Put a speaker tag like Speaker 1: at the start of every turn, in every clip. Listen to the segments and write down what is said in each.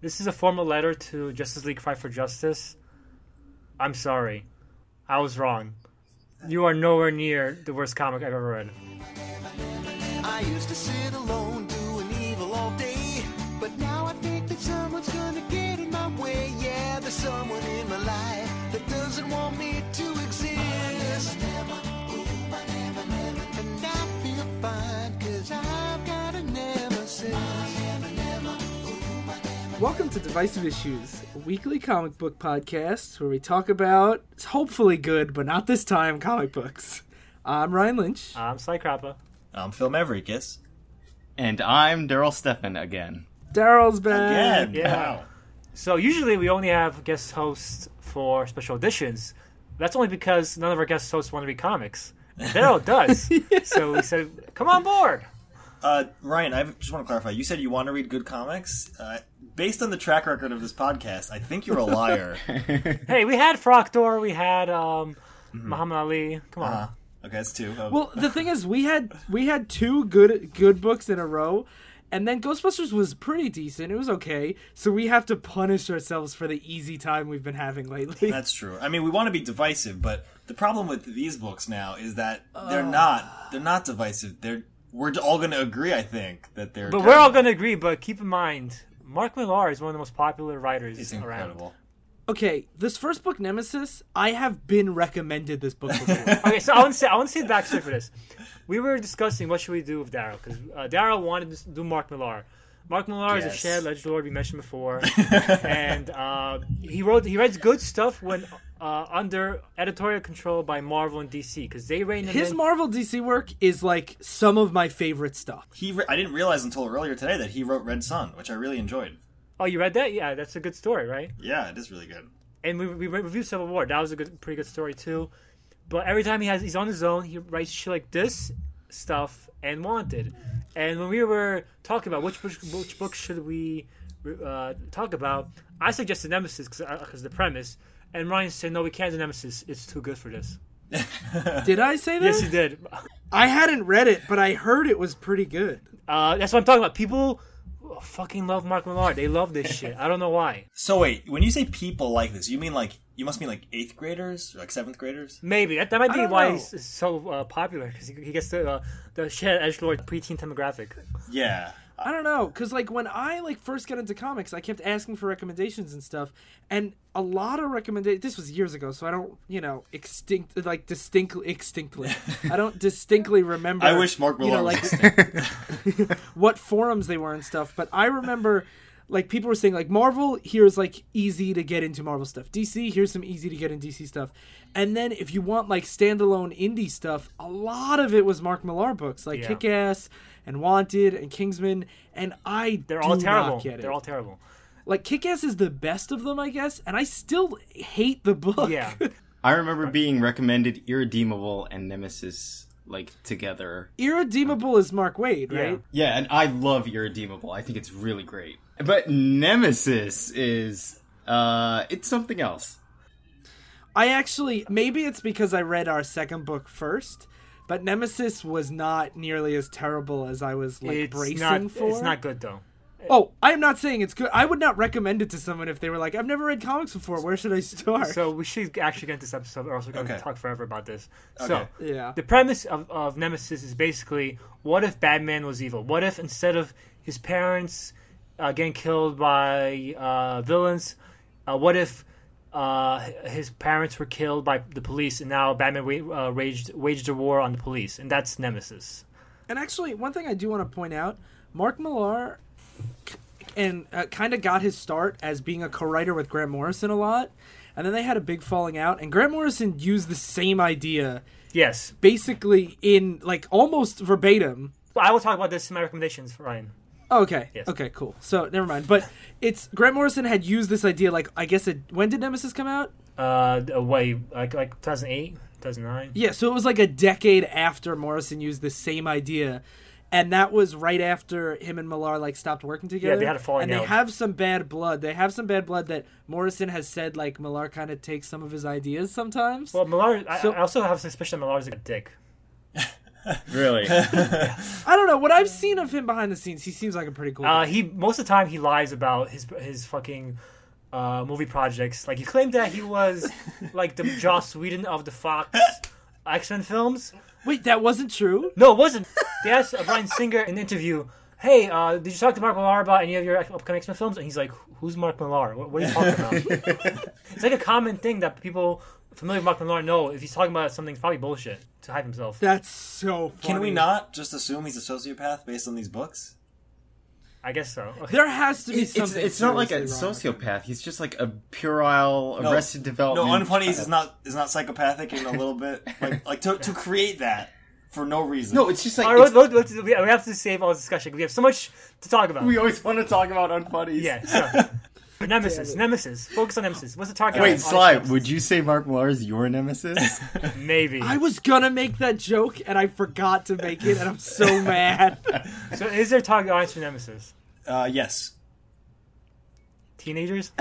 Speaker 1: This is a formal letter to Justice League Cry for Justice. I'm sorry. I was wrong. You are nowhere near the worst comic I've ever read.
Speaker 2: I used to sit alone doing evil all day, but now I think that someone's gonna get in my way. Yeah, there's someone in my life that doesn't want me to exist. And I feel fine, cause I've got a nemesis.
Speaker 3: Welcome to Divisive Issues, a weekly comic book podcast where we talk about hopefully good, but not this time, comic books. I'm Ryan Lynch.
Speaker 1: I'm Psycrappa.
Speaker 4: I'm Phil Maverickus.
Speaker 5: And I'm Daryl Steffen again.
Speaker 3: Daryl's back.
Speaker 4: Again,
Speaker 1: yeah.
Speaker 4: wow.
Speaker 1: So usually we only have guest hosts for special editions. That's only because none of our guest hosts want to read comics. Daryl does. So we said, come on board.
Speaker 4: Uh, Ryan, I just want to clarify. You said you want to read good comics. Uh, based on the track record of this podcast, I think you're a liar.
Speaker 1: Hey, we had Proctor, we had um,
Speaker 4: Mm-hmm.
Speaker 1: Muhammad Ali. Come on.
Speaker 4: uh, okay, that's two. Oh,
Speaker 3: Well, the thing is, we had we had two good good books in a row, and then Ghostbusters was pretty decent. It was okay, so we have to punish ourselves for the easy time we've been having lately.
Speaker 4: that's true. I mean, we want to be divisive, but the problem with these books now is that they're
Speaker 1: Uh.
Speaker 4: not. They're not divisive. They're we're all going to agree. I think that they're.
Speaker 1: But we're all
Speaker 4: terrible.
Speaker 1: going to agree, but keep in mind, Mark Millar is one of the most popular writers
Speaker 4: It's
Speaker 1: around.
Speaker 4: incredible.
Speaker 3: Okay, this first book, Nemesis, I have been recommended this book before.
Speaker 1: Okay, so I want to say I want to say the backstory for this. We were discussing what should we do with Daryl because uh, Daryl wanted to do Mark Millar. Mark Millar is a
Speaker 4: Yes.
Speaker 1: shared Legend Lord we mentioned before, and uh, he wrote he writes good stuff when uh, under editorial control by Marvel and DC because they rein him
Speaker 3: His
Speaker 1: in.
Speaker 3: Marvel DC work is like some of my favorite stuff.
Speaker 4: He. Re- I didn't realize until earlier today that he wrote Red Sun, which I really enjoyed.
Speaker 1: oh, you read that? Yeah, that's a good story, right?
Speaker 4: Yeah, it is really good.
Speaker 1: and we, we reviewed Civil War. That was a good, pretty good story too. But every time he has, he's on his own. He writes shit like this stuff and Wanted. And when we were talking about which book, which book should we uh, talk about, I suggested Nemesis because the premise. And Ryan said, "No, we can't do Nemesis. It's too good for this."
Speaker 3: Did I say that?
Speaker 1: Yes, he did.
Speaker 3: I hadn't read it, but I heard it was pretty good.
Speaker 1: Uh, that's what I'm talking about. People fucking love Mark Millar. They love this shit. I don't know why.
Speaker 4: So wait, when you say people like this, you mean like you must mean like eighth graders, or like seventh graders?
Speaker 1: Maybe that, that might be
Speaker 3: don't
Speaker 1: why
Speaker 3: know.
Speaker 1: he's he's so uh, popular because he, he gets the uh, the shit edge lord preteen demographic.
Speaker 4: Yeah.
Speaker 3: I don't know, cuz like when I like first got into comics, I kept asking for recommendations and stuff, and a lot of recommendations this was years ago, so I don't, you know, extinct like distinctly extinctly. I don't distinctly remember
Speaker 4: I wish Mark
Speaker 3: you
Speaker 4: Millar
Speaker 3: know,
Speaker 4: was
Speaker 3: like what forums they were and stuff, but I remember like people were saying like Marvel here's like easy to get into Marvel stuff. DC here's some easy to get in DC stuff. And then if you want like standalone indie stuff, a lot of it was Mark Millar books like
Speaker 1: Yeah.
Speaker 3: Kick Ass and Wanted and Kingsman and I
Speaker 1: They're all
Speaker 3: do
Speaker 1: terrible.
Speaker 3: Not get it.
Speaker 1: They're all terrible.
Speaker 3: like Kick Ass is the best of them, I guess, and I still hate the book.
Speaker 1: Yeah.
Speaker 5: I remember being recommended Irredeemable and Nemesis like together.
Speaker 3: Irredeemable is Mark Wade,
Speaker 1: Yeah.
Speaker 3: right?
Speaker 5: Yeah, and I love Irredeemable. I think it's really great. But Nemesis is uh it's something else.
Speaker 3: I actually maybe it's because I read our second book first, but Nemesis was not nearly as terrible as I was like
Speaker 1: it's
Speaker 3: bracing
Speaker 1: not.
Speaker 3: for.
Speaker 1: It's not good though.
Speaker 3: Oh, I am not saying it's good. I would not recommend it to someone if they were like, "I've never read comics before. Where should I start?"
Speaker 1: So we should actually get into this episode, or else we're going to
Speaker 4: Okay.
Speaker 1: talk forever about this.
Speaker 4: Okay.
Speaker 1: So
Speaker 3: yeah,
Speaker 1: the premise of, of Nemesis is basically: what if Batman was evil? What if instead of his parents uh, getting killed by uh, villains, uh, what if uh, his parents were killed by the police, and now Batman wa- uh, waged waged a war on the police, and that's Nemesis.
Speaker 3: and actually, one thing I do want to point out: Mark Millar and uh, kind of got his start as being a co-writer with Grant Morrison a lot, and then they had a big falling out, and Grant Morrison used the same idea
Speaker 1: Yes,
Speaker 3: basically in like almost verbatim
Speaker 1: but I will talk about this in my recommendations, Ryan.
Speaker 3: Oh, Okay.
Speaker 1: Yes.
Speaker 3: Okay. Cool. So never mind. But it's Grant Morrison had used this idea. Like I guess it. When did Nemesis come out?
Speaker 1: Uh, way like like 2008, 2009.
Speaker 3: Yeah. So it was like a decade after Morrison used the same idea, and that was right after him and Millar like stopped working together.
Speaker 1: they had a falling
Speaker 3: And they
Speaker 1: out.
Speaker 3: have some bad blood. They have some bad blood that Morrison has said like Millar kind of takes some of his ideas sometimes.
Speaker 1: Well, Millar. I,
Speaker 3: So-
Speaker 1: I also have a suspicion that Millar's a dick.
Speaker 5: Really?
Speaker 3: I don't know. What I've seen of him behind the scenes, he seems like a pretty cool. guy.
Speaker 1: Uh, he most of the time he lies about his his fucking uh, movie projects. Like he claimed that he was like the Joss Whedon of the Fox X Men films.
Speaker 3: Wait, that wasn't true.
Speaker 1: No, it wasn't. They asked uh, Brian Singer in an interview. Hey, uh, did you talk to Mark Millar about any of your upcoming X Men films? And he's like, "Who's Mark Millar? What, what are you talking about?" it's like a common thing that people familiar with Mark Millar know. If he's talking about something, it's probably bullshit to hype himself.
Speaker 3: That's so. Funny.
Speaker 4: Can we not just assume he's a sociopath based on these books?
Speaker 1: I guess so.
Speaker 3: There has to be
Speaker 5: It's, it's,
Speaker 3: something.
Speaker 5: it's not like a
Speaker 3: seriously wrong with him.
Speaker 5: sociopath. He's just like a puerile,
Speaker 4: No.
Speaker 5: arrested
Speaker 4: No,
Speaker 5: development.
Speaker 4: unfunnies is not is not psychopathic in a little bit. Like like to, to create that for no reason.
Speaker 5: No, it's just like
Speaker 1: All right,
Speaker 5: it's-
Speaker 1: let's- let's- we we have to save all this discussion. We have so much to talk about.
Speaker 5: we always want to talk about unfunnies.
Speaker 1: Yeah, sure. Nemesis, Nemesis. Focus on Nemesis. What's the target?
Speaker 5: Wait,
Speaker 1: audience?
Speaker 5: Sly, would you say Mark Millar is your nemesis?
Speaker 1: Maybe.
Speaker 3: I was gonna make that joke and I forgot to make it, and I'm so mad.
Speaker 1: So, is there target audience for Nemesis?
Speaker 4: uh, yes.
Speaker 1: Teenagers?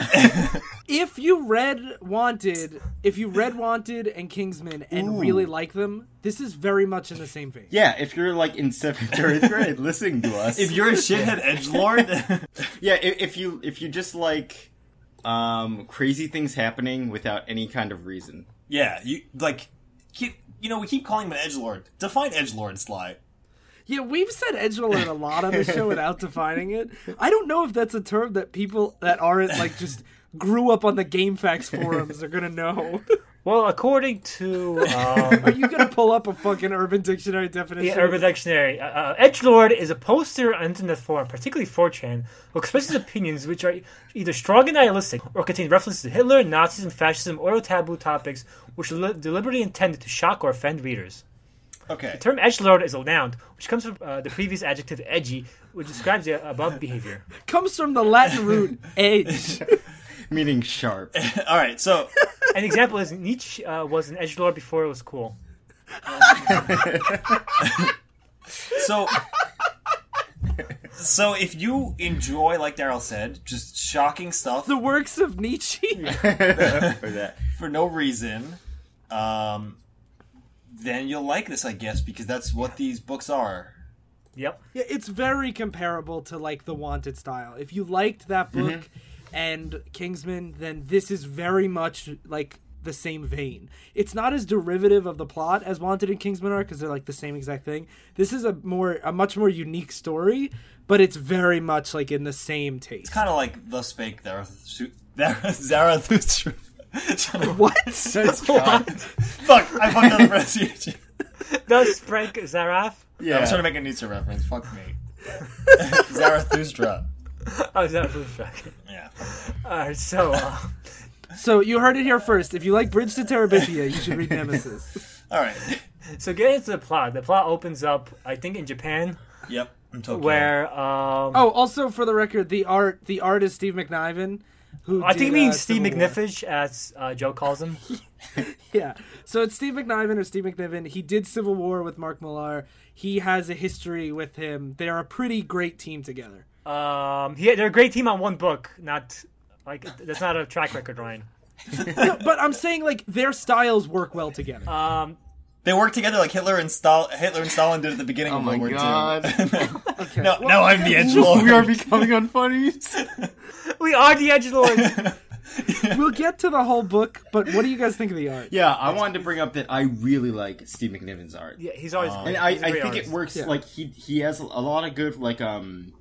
Speaker 3: if you read Wanted, if you read Wanted and Kingsman and really like them, this is very much in the same vein.
Speaker 5: yeah, if you're like in seventh or eighth grade listening to us.
Speaker 4: If you're a shithead edge lord,
Speaker 5: yeah, if, if you if you just like um crazy things happening without any kind of reason.
Speaker 4: yeah, you like. Keep, you know, we keep calling him an edge lord. Define edge lord, Sly.
Speaker 3: Yeah, we've said edge alert a lot on the show without defining it. I don't know if that's a term that people that aren't like just grew up on the GameFAQs forums are gonna know.
Speaker 1: Well, according to
Speaker 3: Are
Speaker 1: um,
Speaker 3: you gonna pull up a fucking Urban Dictionary
Speaker 1: the
Speaker 3: definition?
Speaker 1: Urban Dictionary, uh, uh, Edgelord is a poster on internet forum, particularly 4chan, who expresses opinions which are either strong and nihilistic or contain references to Hitler, Nazism, fascism, or taboo topics which are li- deliberately intended to shock or offend readers.
Speaker 4: Okay.
Speaker 1: The term edgelord is a noun, which comes from uh, the previous adjective edgy, which describes the above behavior.
Speaker 3: Comes from the Latin root edge.
Speaker 5: Meaning sharp.
Speaker 4: All right. So
Speaker 1: An example is Nietzsche uh, was an edgelord before it was cool.
Speaker 4: So, so if you enjoy, like Daryl said, just shocking stuff
Speaker 3: The works of Nietzsche.
Speaker 5: or that.
Speaker 4: for no reason, um, then you'll like this, I guess, because that's what these books are.
Speaker 1: Yep.
Speaker 3: Yeah, it's very comparable to like the Wanted style. If you liked that
Speaker 1: Mm-hmm.
Speaker 3: book and Kingsman, then this is very much like the same vein. It's not as derivative of the plot as Wanted and Kingsman are because they're like the same exact thing. This is a more a much more unique story, but it's very much like in the same taste.
Speaker 4: Kind of like the spake Zarathustra. Zarathustra.
Speaker 3: What?
Speaker 5: That's God.
Speaker 4: Fuck! I fucked up the pronunciation.
Speaker 1: Thus, Frank Zaraf.
Speaker 5: Yeah.
Speaker 4: I'm trying to make a Nietzsche reference. Fuck me. Zarathustra.
Speaker 1: Oh, Zaraf was Frank.
Speaker 4: Yeah.
Speaker 1: Alright, so, uh,
Speaker 3: so you heard it here first. If you like Bridge to Terabithia, you should read
Speaker 1: Oh.
Speaker 3: Nemesis.
Speaker 4: All right.
Speaker 1: so get into the plot. The plot opens up, I think, in Japan,
Speaker 4: Yep. I'm Tokyo.
Speaker 1: where, um,
Speaker 3: Oh, also for the record, the art the art is Steve McNiven. Who
Speaker 1: I think
Speaker 3: did,
Speaker 1: it means
Speaker 3: uh,
Speaker 1: Steve
Speaker 3: Civil War.
Speaker 1: McNiffage, as uh, Joe calls him.
Speaker 3: Yeah. So it's Steve McNiven or Steve McNiven. He did Civil War with Mark Millar. He has a history with him. They are a pretty great team together.
Speaker 1: Um, he, they're a great team on one book, not, like, that's not a track record, Ryan.
Speaker 3: But I'm saying like their styles work well together.
Speaker 1: Um,
Speaker 4: They work together like Hitler and Stal- Hitler and Stalin did at the beginning
Speaker 5: Oh
Speaker 4: of
Speaker 5: my
Speaker 4: World War
Speaker 5: God.
Speaker 4: II.
Speaker 3: okay.
Speaker 4: no, now I'm the edge lord.
Speaker 5: we are becoming unfunnies.
Speaker 1: we are the edgelords.
Speaker 3: We'll get to the whole book, but what do you guys think of the art?
Speaker 5: Yeah, I wanted to bring up that I really like Steve McNiven's art.
Speaker 1: yeah, he's always
Speaker 5: And
Speaker 1: great.
Speaker 5: I, I
Speaker 1: He's a great
Speaker 5: think it
Speaker 1: artist.
Speaker 5: works
Speaker 3: Yeah.
Speaker 5: like he he has a lot of good like um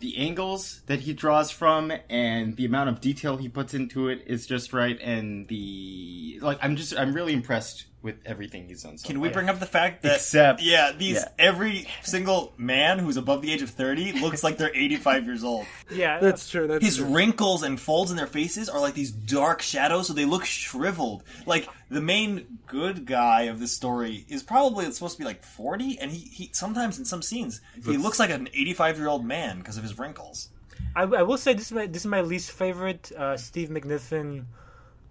Speaker 5: the angles that he draws from and the amount of detail he puts into it is just right and the like I'm just I'm really impressed with everything he's done. So
Speaker 4: Can we
Speaker 5: far.
Speaker 4: bring up the fact that
Speaker 5: Except-
Speaker 4: yeah, these
Speaker 5: yeah.
Speaker 4: every single man who's above the age of 30 looks like they're 85 years old.
Speaker 1: Yeah,
Speaker 3: That's true. That's
Speaker 4: His
Speaker 3: true.
Speaker 4: wrinkles and folds in their faces are like these dark shadows so they look shriveled. Like the main good guy of this story is probably supposed to be like 40 and he, he sometimes in some scenes he looks like an 85-year-old man because of his wrinkles.
Speaker 1: I, I will say this is my this is my least favorite uh, Steve McNiffin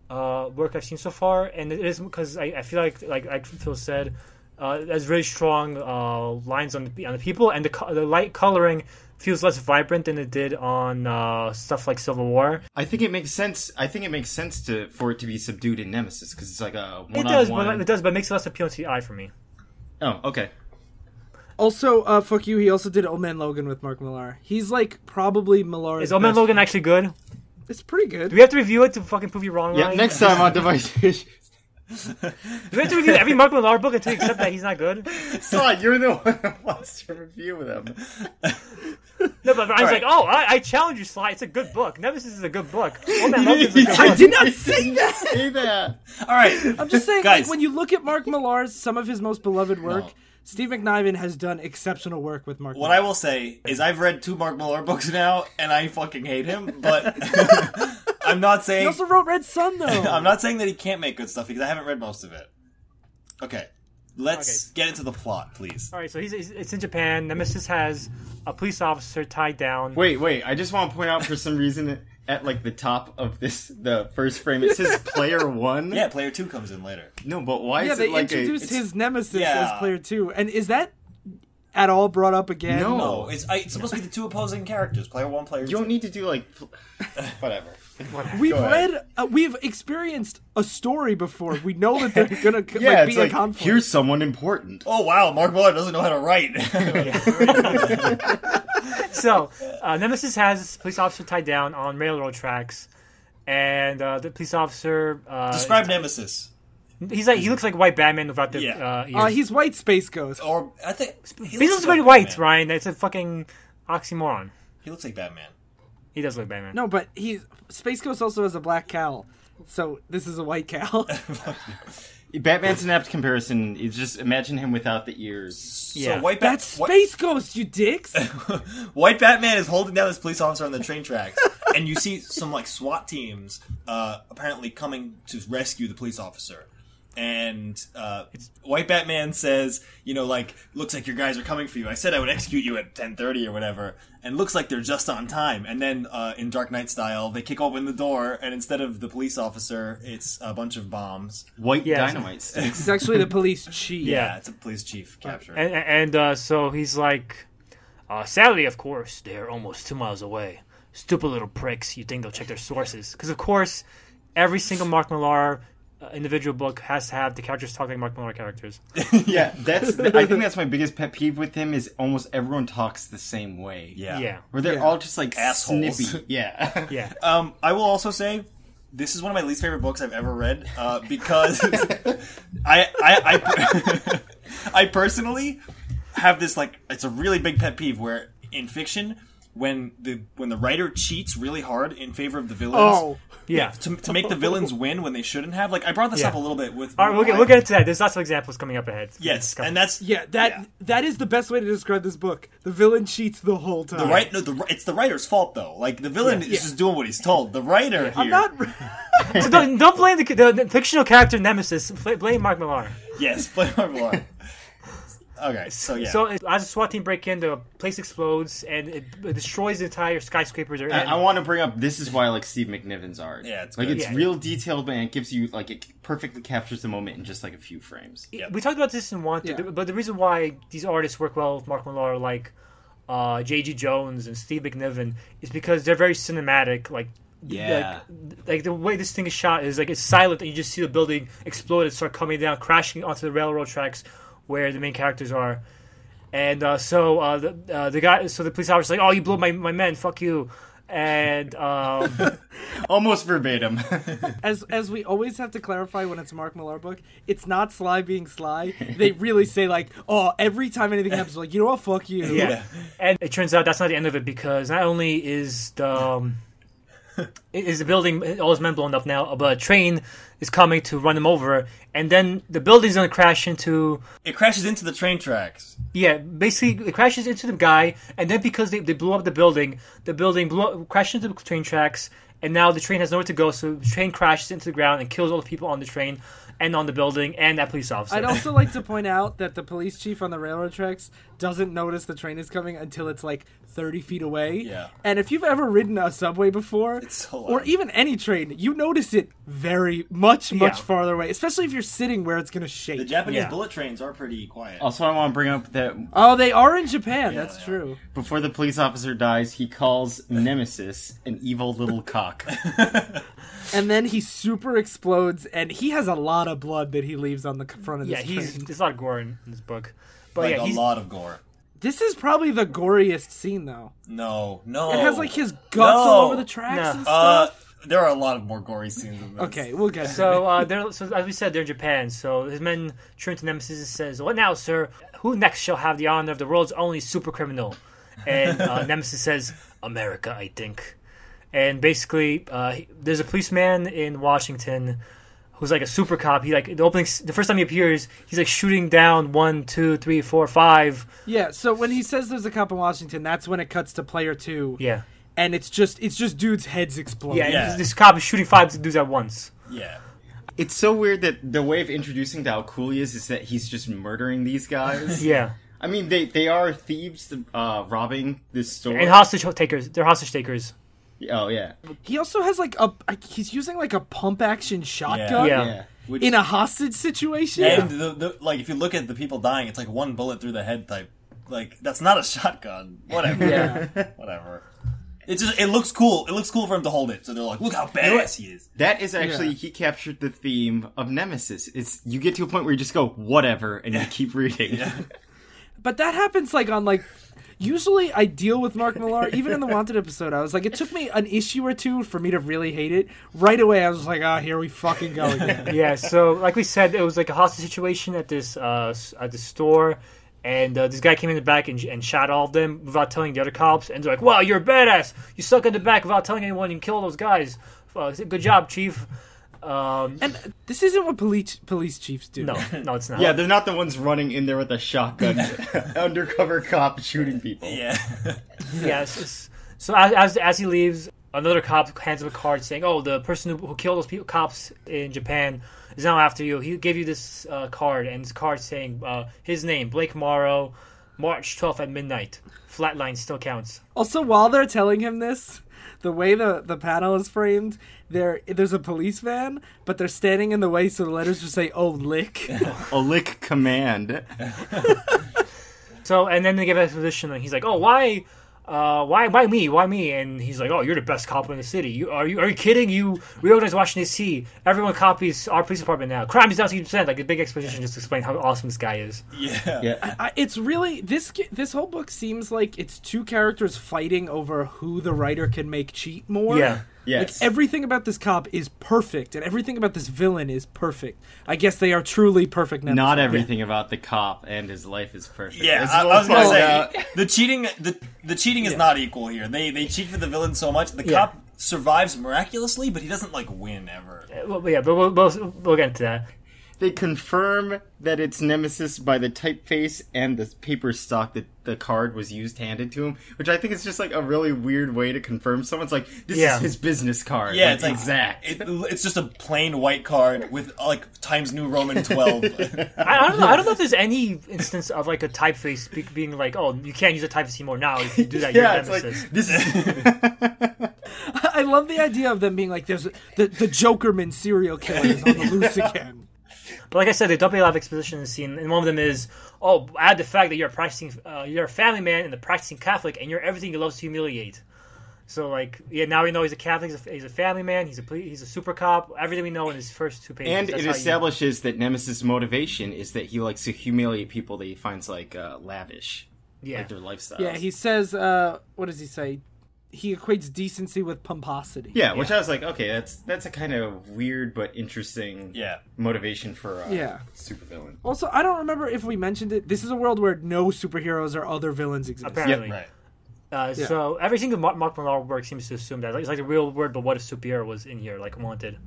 Speaker 1: uh, work I've seen so far, and it is because I, I feel like like like Phil said, uh, it has really strong uh, lines on the on the people, and the co- the light coloring feels less vibrant than it did on uh, stuff like Civil War.
Speaker 5: I think it makes sense. I think it makes sense to for it to be subdued in Nemesis because it's like a
Speaker 1: It
Speaker 5: one
Speaker 1: does,
Speaker 5: on
Speaker 1: but it
Speaker 5: one.
Speaker 1: does, but it makes it less appealing to the eye for me.
Speaker 5: Oh, okay.
Speaker 3: Also, uh, fuck you. He also did Old Man Logan with Mark Millar. He's like probably Millar's.
Speaker 1: Is Old Man
Speaker 3: best-
Speaker 1: Logan actually good? Do
Speaker 3: It's pretty good.
Speaker 1: we have to review it to fucking prove you wrong?
Speaker 5: Yeah,
Speaker 1: Ryan?
Speaker 5: next time on Device.
Speaker 1: Do we have to review every Mark Millar book until we accept that he's not good?
Speaker 5: Sod, you're the one that wants to review them.
Speaker 1: No, but Ryan's like,
Speaker 4: right.
Speaker 1: oh, I, I challenge you, Sly. It's a good book. Nemesis is a good book. Old Man Logan's a good
Speaker 3: I
Speaker 1: book.
Speaker 3: did not say that.
Speaker 5: Say that.
Speaker 4: All right.
Speaker 3: I'm just saying,
Speaker 4: Guys.
Speaker 3: like when you look at Mark Millar's some of his most beloved work, Steve McNiven has done exceptional work with Mark.
Speaker 4: What I will say is I've read two Mark Millar books now, and I fucking hate him. But I'm not
Speaker 3: he
Speaker 4: saying
Speaker 3: also wrote Red Sun though.
Speaker 1: Oh.
Speaker 4: I'm not saying that he can't make good stuff because I haven't read most of it. Okay, let's
Speaker 1: Okay.
Speaker 4: get into the plot, please.
Speaker 1: All right, so he's, he's it's in Japan. Nemesis has a police officer tied down.
Speaker 5: Wait, wait. I just want to point out for some reason at like the top of this, the first frame, it says player one.
Speaker 4: Yeah, player two comes in later.
Speaker 5: No, but why
Speaker 3: yeah,
Speaker 5: is
Speaker 3: they
Speaker 5: it like
Speaker 3: introduced
Speaker 5: a?
Speaker 3: his nemesis
Speaker 4: Yeah.
Speaker 3: as player two, and is that at all brought up again?
Speaker 5: No.
Speaker 4: No, Oh, it's, I, it's supposed to be the two opposing characters, player one, player
Speaker 5: Oh. You
Speaker 4: two.
Speaker 5: don't need to do like, pl- whatever. Whatever.
Speaker 3: We've
Speaker 5: Go ahead.
Speaker 3: read, uh, we've experienced a story before. We know that they're gonna c-
Speaker 5: Yeah,
Speaker 3: like,
Speaker 5: it's
Speaker 3: be
Speaker 5: like
Speaker 3: a conflict.
Speaker 5: here's someone important.
Speaker 4: Oh wow, Mark Millar doesn't know how to write.
Speaker 1: So, uh, Nemesis has this police officer tied down on railroad tracks, and uh, the police officer uh,
Speaker 4: Describe Nemesis,
Speaker 1: He's like he looks like white Batman without the
Speaker 4: Yeah.
Speaker 1: uh, ears.
Speaker 3: uh, he's white space ghost.
Speaker 4: or I think he
Speaker 1: he looks
Speaker 4: like
Speaker 1: like white,
Speaker 4: Batman.
Speaker 1: Ryan. That's a fucking oxymoron.
Speaker 4: He looks like Batman.
Speaker 1: He does look Batman.
Speaker 3: No, but he space ghost also has a black cowl, so this is a white cowl.
Speaker 5: Batman's an apt comparison. You just imagine him without the ears.
Speaker 1: yeah.
Speaker 4: So white Bat-
Speaker 3: That's
Speaker 4: Whi-
Speaker 3: space ghost, you dicks.
Speaker 4: White Batman is holding down this police officer on the train tracks, and you see some like SWAT teams uh, apparently coming to rescue the police officer. And uh, White Batman says, "You know, like looks like your guys are coming for you. I said I would execute you at ten thirty or whatever, and looks like they're just on time." And then uh, in Dark Knight style, they kick open the door, and instead of the police officer, it's a bunch of bombs.
Speaker 5: White
Speaker 1: Yeah.
Speaker 5: dynamite sticks.
Speaker 3: He's actually the police chief.
Speaker 1: Yeah.
Speaker 4: it's a police chief capture.
Speaker 1: And, and uh, so he's like, uh, sadly, of course, they're almost two miles away. Stupid little pricks. You think they'll check their sources? Because of course, every single Mark Millar uh, individual book has to have the characters talk like Mark Millar characters.
Speaker 5: yeah, that's. I think that's my biggest pet peeve with him is almost everyone talks the same way.
Speaker 4: yeah,
Speaker 1: Yeah,
Speaker 5: Where they're
Speaker 3: Yeah.
Speaker 5: all just like
Speaker 4: Assholes.
Speaker 5: snippy. Yeah.
Speaker 1: yeah.
Speaker 4: Um, I will also say this is one of my least favorite books I've ever read uh, because I I I, I personally have this like it's a really big pet peeve where in fiction when the when the writer cheats really hard in favor of the villains
Speaker 3: Oh,
Speaker 1: yeah.
Speaker 4: to, to make the villains win when they shouldn't have like I brought this
Speaker 1: Yeah.
Speaker 4: up a little bit with
Speaker 1: All right, we'll get we'll get into that. There's lots of examples coming up ahead.
Speaker 4: yes
Speaker 1: Come.
Speaker 4: and that's
Speaker 3: yeah. That
Speaker 4: Yeah.
Speaker 3: that is the best way to describe this book. The villain cheats the whole time.
Speaker 4: the right no the, ri- it's the writer's fault though like the villain is just doing what he's told the writer here
Speaker 3: I'm not.
Speaker 1: so don't, don't blame the, the, the fictional character Nemesis. Fl- Blame Mark Millar.
Speaker 4: yes play Marvel War. okay so yeah
Speaker 1: So it- as the SWAT team break in, the place explodes and it, it destroys the entire skyscrapers. Or
Speaker 5: Uh, I, I want to bring up this is why I like Steve McNiven's art.
Speaker 4: Yeah, it's
Speaker 5: like
Speaker 4: good.
Speaker 5: it's
Speaker 1: Yeah.
Speaker 5: real detailed, man. It gives you like it perfectly captures the moment in just like a few frames.
Speaker 1: we talked about this in Wanted,
Speaker 3: Yeah.
Speaker 1: but the reason why these artists work well with Mark Millar, like uh, J.G. Jones and Steve McNiven, is because they're very cinematic. Like,
Speaker 5: Yeah.
Speaker 1: like, like the way this thing is shot is like it's silent, and you just see the building explode and start coming down, crashing onto the railroad tracks where the main characters are. And uh, so uh, the uh, the guy, so the police officer's like, "Oh, you blew my my men, fuck you," and um,
Speaker 5: Almost verbatim.
Speaker 3: As as we always have to clarify when it's a Mark Millar book, it's not Sly being Sly. They really say like, oh, every time anything happens, like you know what, fuck you.
Speaker 1: yeah. And it turns out that's not the end of it because not only is the um, is the building all his men blown up now, but a train is coming to run them over, and then the building's gonna crash into
Speaker 4: it crashes into the train tracks
Speaker 1: yeah, basically it crashes into the guy, and then because they, they blew up the building, the building blew up, crashed into the train tracks, and now the train has nowhere to go, so the train crashes into the ground and kills all the people on the train and on the building and that police officer.
Speaker 3: I'd also like to point out that the police chief on the railroad tracks doesn't notice the train is coming until it's like 30 feet away.
Speaker 4: Yeah.
Speaker 3: And if you've ever ridden a subway before,
Speaker 4: so
Speaker 3: or
Speaker 4: loud.
Speaker 3: even any train, you notice it very much, much
Speaker 1: Yeah.
Speaker 3: farther away, especially if you're sitting where it's going to
Speaker 4: The
Speaker 3: shake.
Speaker 4: Japanese
Speaker 1: Yeah.
Speaker 4: bullet trains are pretty quiet.
Speaker 5: also, I want to bring up that
Speaker 3: oh, they are in Japan. That's
Speaker 4: they are.
Speaker 3: true.
Speaker 5: before the police officer dies, he calls Nemesis an evil little cock.
Speaker 3: And then he super explodes, and he has a lot of blood that he leaves on the c- front of
Speaker 1: yeah,
Speaker 3: this
Speaker 1: he's
Speaker 3: train.
Speaker 1: there's a lot of gore in, in this book, but
Speaker 4: like
Speaker 1: yeah,
Speaker 4: a
Speaker 1: he's,
Speaker 4: lot of gore.
Speaker 3: This is probably the goriest scene though.
Speaker 4: No, no.
Speaker 3: It has like his guts
Speaker 4: No.
Speaker 3: all over the tracks
Speaker 1: Oh, No.
Speaker 3: and
Speaker 4: Uh,
Speaker 3: stuff.
Speaker 4: there are a lot of more gory scenes than this.
Speaker 3: okay, we'll get so,
Speaker 1: So, uh, they're, so as we said, they're in Japan. So his men turn to Nemesis and says, "What now, sir? Who next shall have the honor of the world's only super criminal?" And uh, Nemesis says, "America, I think." And basically, uh, he- there's a policeman in Washington who's like a super cop. He like the opening, s- the first time he appears, he's like shooting down one, two, three, four, five.
Speaker 3: Yeah, so when he says there's a cop in Washington, that's when it cuts to player two.
Speaker 1: Yeah,
Speaker 3: And it's just it's just dudes' heads exploding.
Speaker 1: yeah. and
Speaker 4: Yeah.
Speaker 1: This, this cop is shooting five dudes at once.
Speaker 4: Yeah.
Speaker 5: It's so weird that the way of introducing to how cool he is is that he's just murdering these guys.
Speaker 1: Yeah,
Speaker 5: I mean, they they are thieves, uh, robbing this store.
Speaker 1: and hostage takers. They're hostage takers.
Speaker 5: oh yeah,
Speaker 3: He also has like a he's using like a pump action shotgun
Speaker 1: Yeah.
Speaker 5: yeah.
Speaker 4: Which,
Speaker 3: in a hostage situation.
Speaker 4: and the, the like, if you look at the people dying, it's like one bullet through the head type. Like that's not a shotgun. Whatever.
Speaker 1: Yeah.
Speaker 4: Whatever. It just it looks cool. It looks cool for him to hold it. So they're like, look how badass he is.
Speaker 5: That is actually
Speaker 3: Yeah.
Speaker 5: he captured the theme of Nemesis. It's you get to a point where you just go whatever and you keep reading.
Speaker 3: But that happens like on like usually I deal with Mark Millar even in the Wanted episode. I was like it took me an issue or two for me to really hate it. Right away I was like, "Ah, here we fucking go again."
Speaker 1: yeah so like we said it was like a hostage situation at this uh s- at the store and uh, this guy came in the back and, and shot all of them without telling the other cops and they're like wow you're a badass you stuck in the back without telling anyone and kill those guys uh, good job chief um
Speaker 3: and this isn't what police police chiefs do.
Speaker 1: no no it's not
Speaker 5: Yeah, they're not the ones running in there with a shotgun, undercover cop shooting people.
Speaker 4: Yeah.
Speaker 1: yes it's- so as, as as he leaves another cop hands him a card saying oh the person who, who killed those people cops in japan is now after you he gave you this uh, card and this card saying uh, his name blake morrow march 12th at midnight flatline still counts
Speaker 3: Also, while they're telling him this, the way the, the panel is framed, there there's a police van, but they're standing in the way, so the letters just say "Oh lick."
Speaker 5: A lick command.
Speaker 1: So and then they give us a position, and he's like, "Oh, why, uh, why, why me? Why me?" And he's like, "Oh, you're the best cop in the city. You are you are you kidding? You reorganize Washington D.C. Everyone copies our police department now. Crime is down sixty percent. Like a big exposition just to explain how awesome this guy is.
Speaker 4: Yeah.
Speaker 5: Yeah.
Speaker 3: I, it's really this g- this whole book seems like it's two characters fighting over who the writer can make cheat more.
Speaker 1: Yeah.
Speaker 5: Yes.
Speaker 3: Everything about this cop is perfect, and everything about this villain is perfect. I guess they are truly perfect. Nemesis.
Speaker 5: Not everything about the cop and his life is perfect.
Speaker 4: Yeah,
Speaker 5: As
Speaker 4: I, I
Speaker 5: we'll
Speaker 4: was gonna
Speaker 5: find
Speaker 4: say
Speaker 5: out.
Speaker 4: the cheating. The the cheating is not equal here. They they cheat for the villain so much. The cop survives miraculously, but he doesn't like win ever.
Speaker 1: Well, yeah, but we'll, we'll we'll get into that.
Speaker 5: they confirm that it's Nemesis by the typeface and the paper stock that the card was used handed to him, which I think is just like a really weird way to confirm someone's like this
Speaker 1: Yeah.
Speaker 5: is his business card.
Speaker 4: Yeah, it's like
Speaker 5: exact.
Speaker 4: It, it's just a plain white card with like Times New Roman twelve.
Speaker 5: Uh,
Speaker 1: I, I don't know. I don't know if there's any instance of like a typeface be- being like, "Oh, you can't use a typeface anymore now. If you do that,
Speaker 5: yeah,
Speaker 1: you're
Speaker 5: it's like
Speaker 1: nemesis."
Speaker 5: this is
Speaker 3: I love the idea of them being like, "There's the the Jokerman serial killer is on the loose again."
Speaker 1: But like I said, they dump a lot of exposition in the scene, and one of them is, "Oh, add the fact that you're a practicing, uh, you're a family man and a practicing Catholic, and you're everything he loves to humiliate." So like, yeah, now we know he's a Catholic, he's a, he's a family man, he's a poli- he's a super cop. Everything we know in his first two pages.
Speaker 5: and
Speaker 1: That's
Speaker 5: it
Speaker 1: how you-
Speaker 5: establishes that Nemesis' motivation is that he likes to humiliate people that he finds like uh, lavish,
Speaker 1: yeah,
Speaker 5: like their lifestyles.
Speaker 3: Yeah, he says, uh, "What does he say?" He equates decency with pomposity.
Speaker 5: Yeah, which I was like, okay, that's that's a kind of weird but interesting
Speaker 4: Yeah.
Speaker 5: motivation for uh,
Speaker 3: Yeah.
Speaker 5: supervillain.
Speaker 3: Also, I don't remember if we mentioned it. This is a world where no superheroes or other villains exist.
Speaker 1: apparently.
Speaker 4: right.
Speaker 1: Uh,
Speaker 3: Yeah.
Speaker 1: So every single Mark, Mark Millar work seems to assume that like, it's like the real word, but what if superhero was in here, like wanted,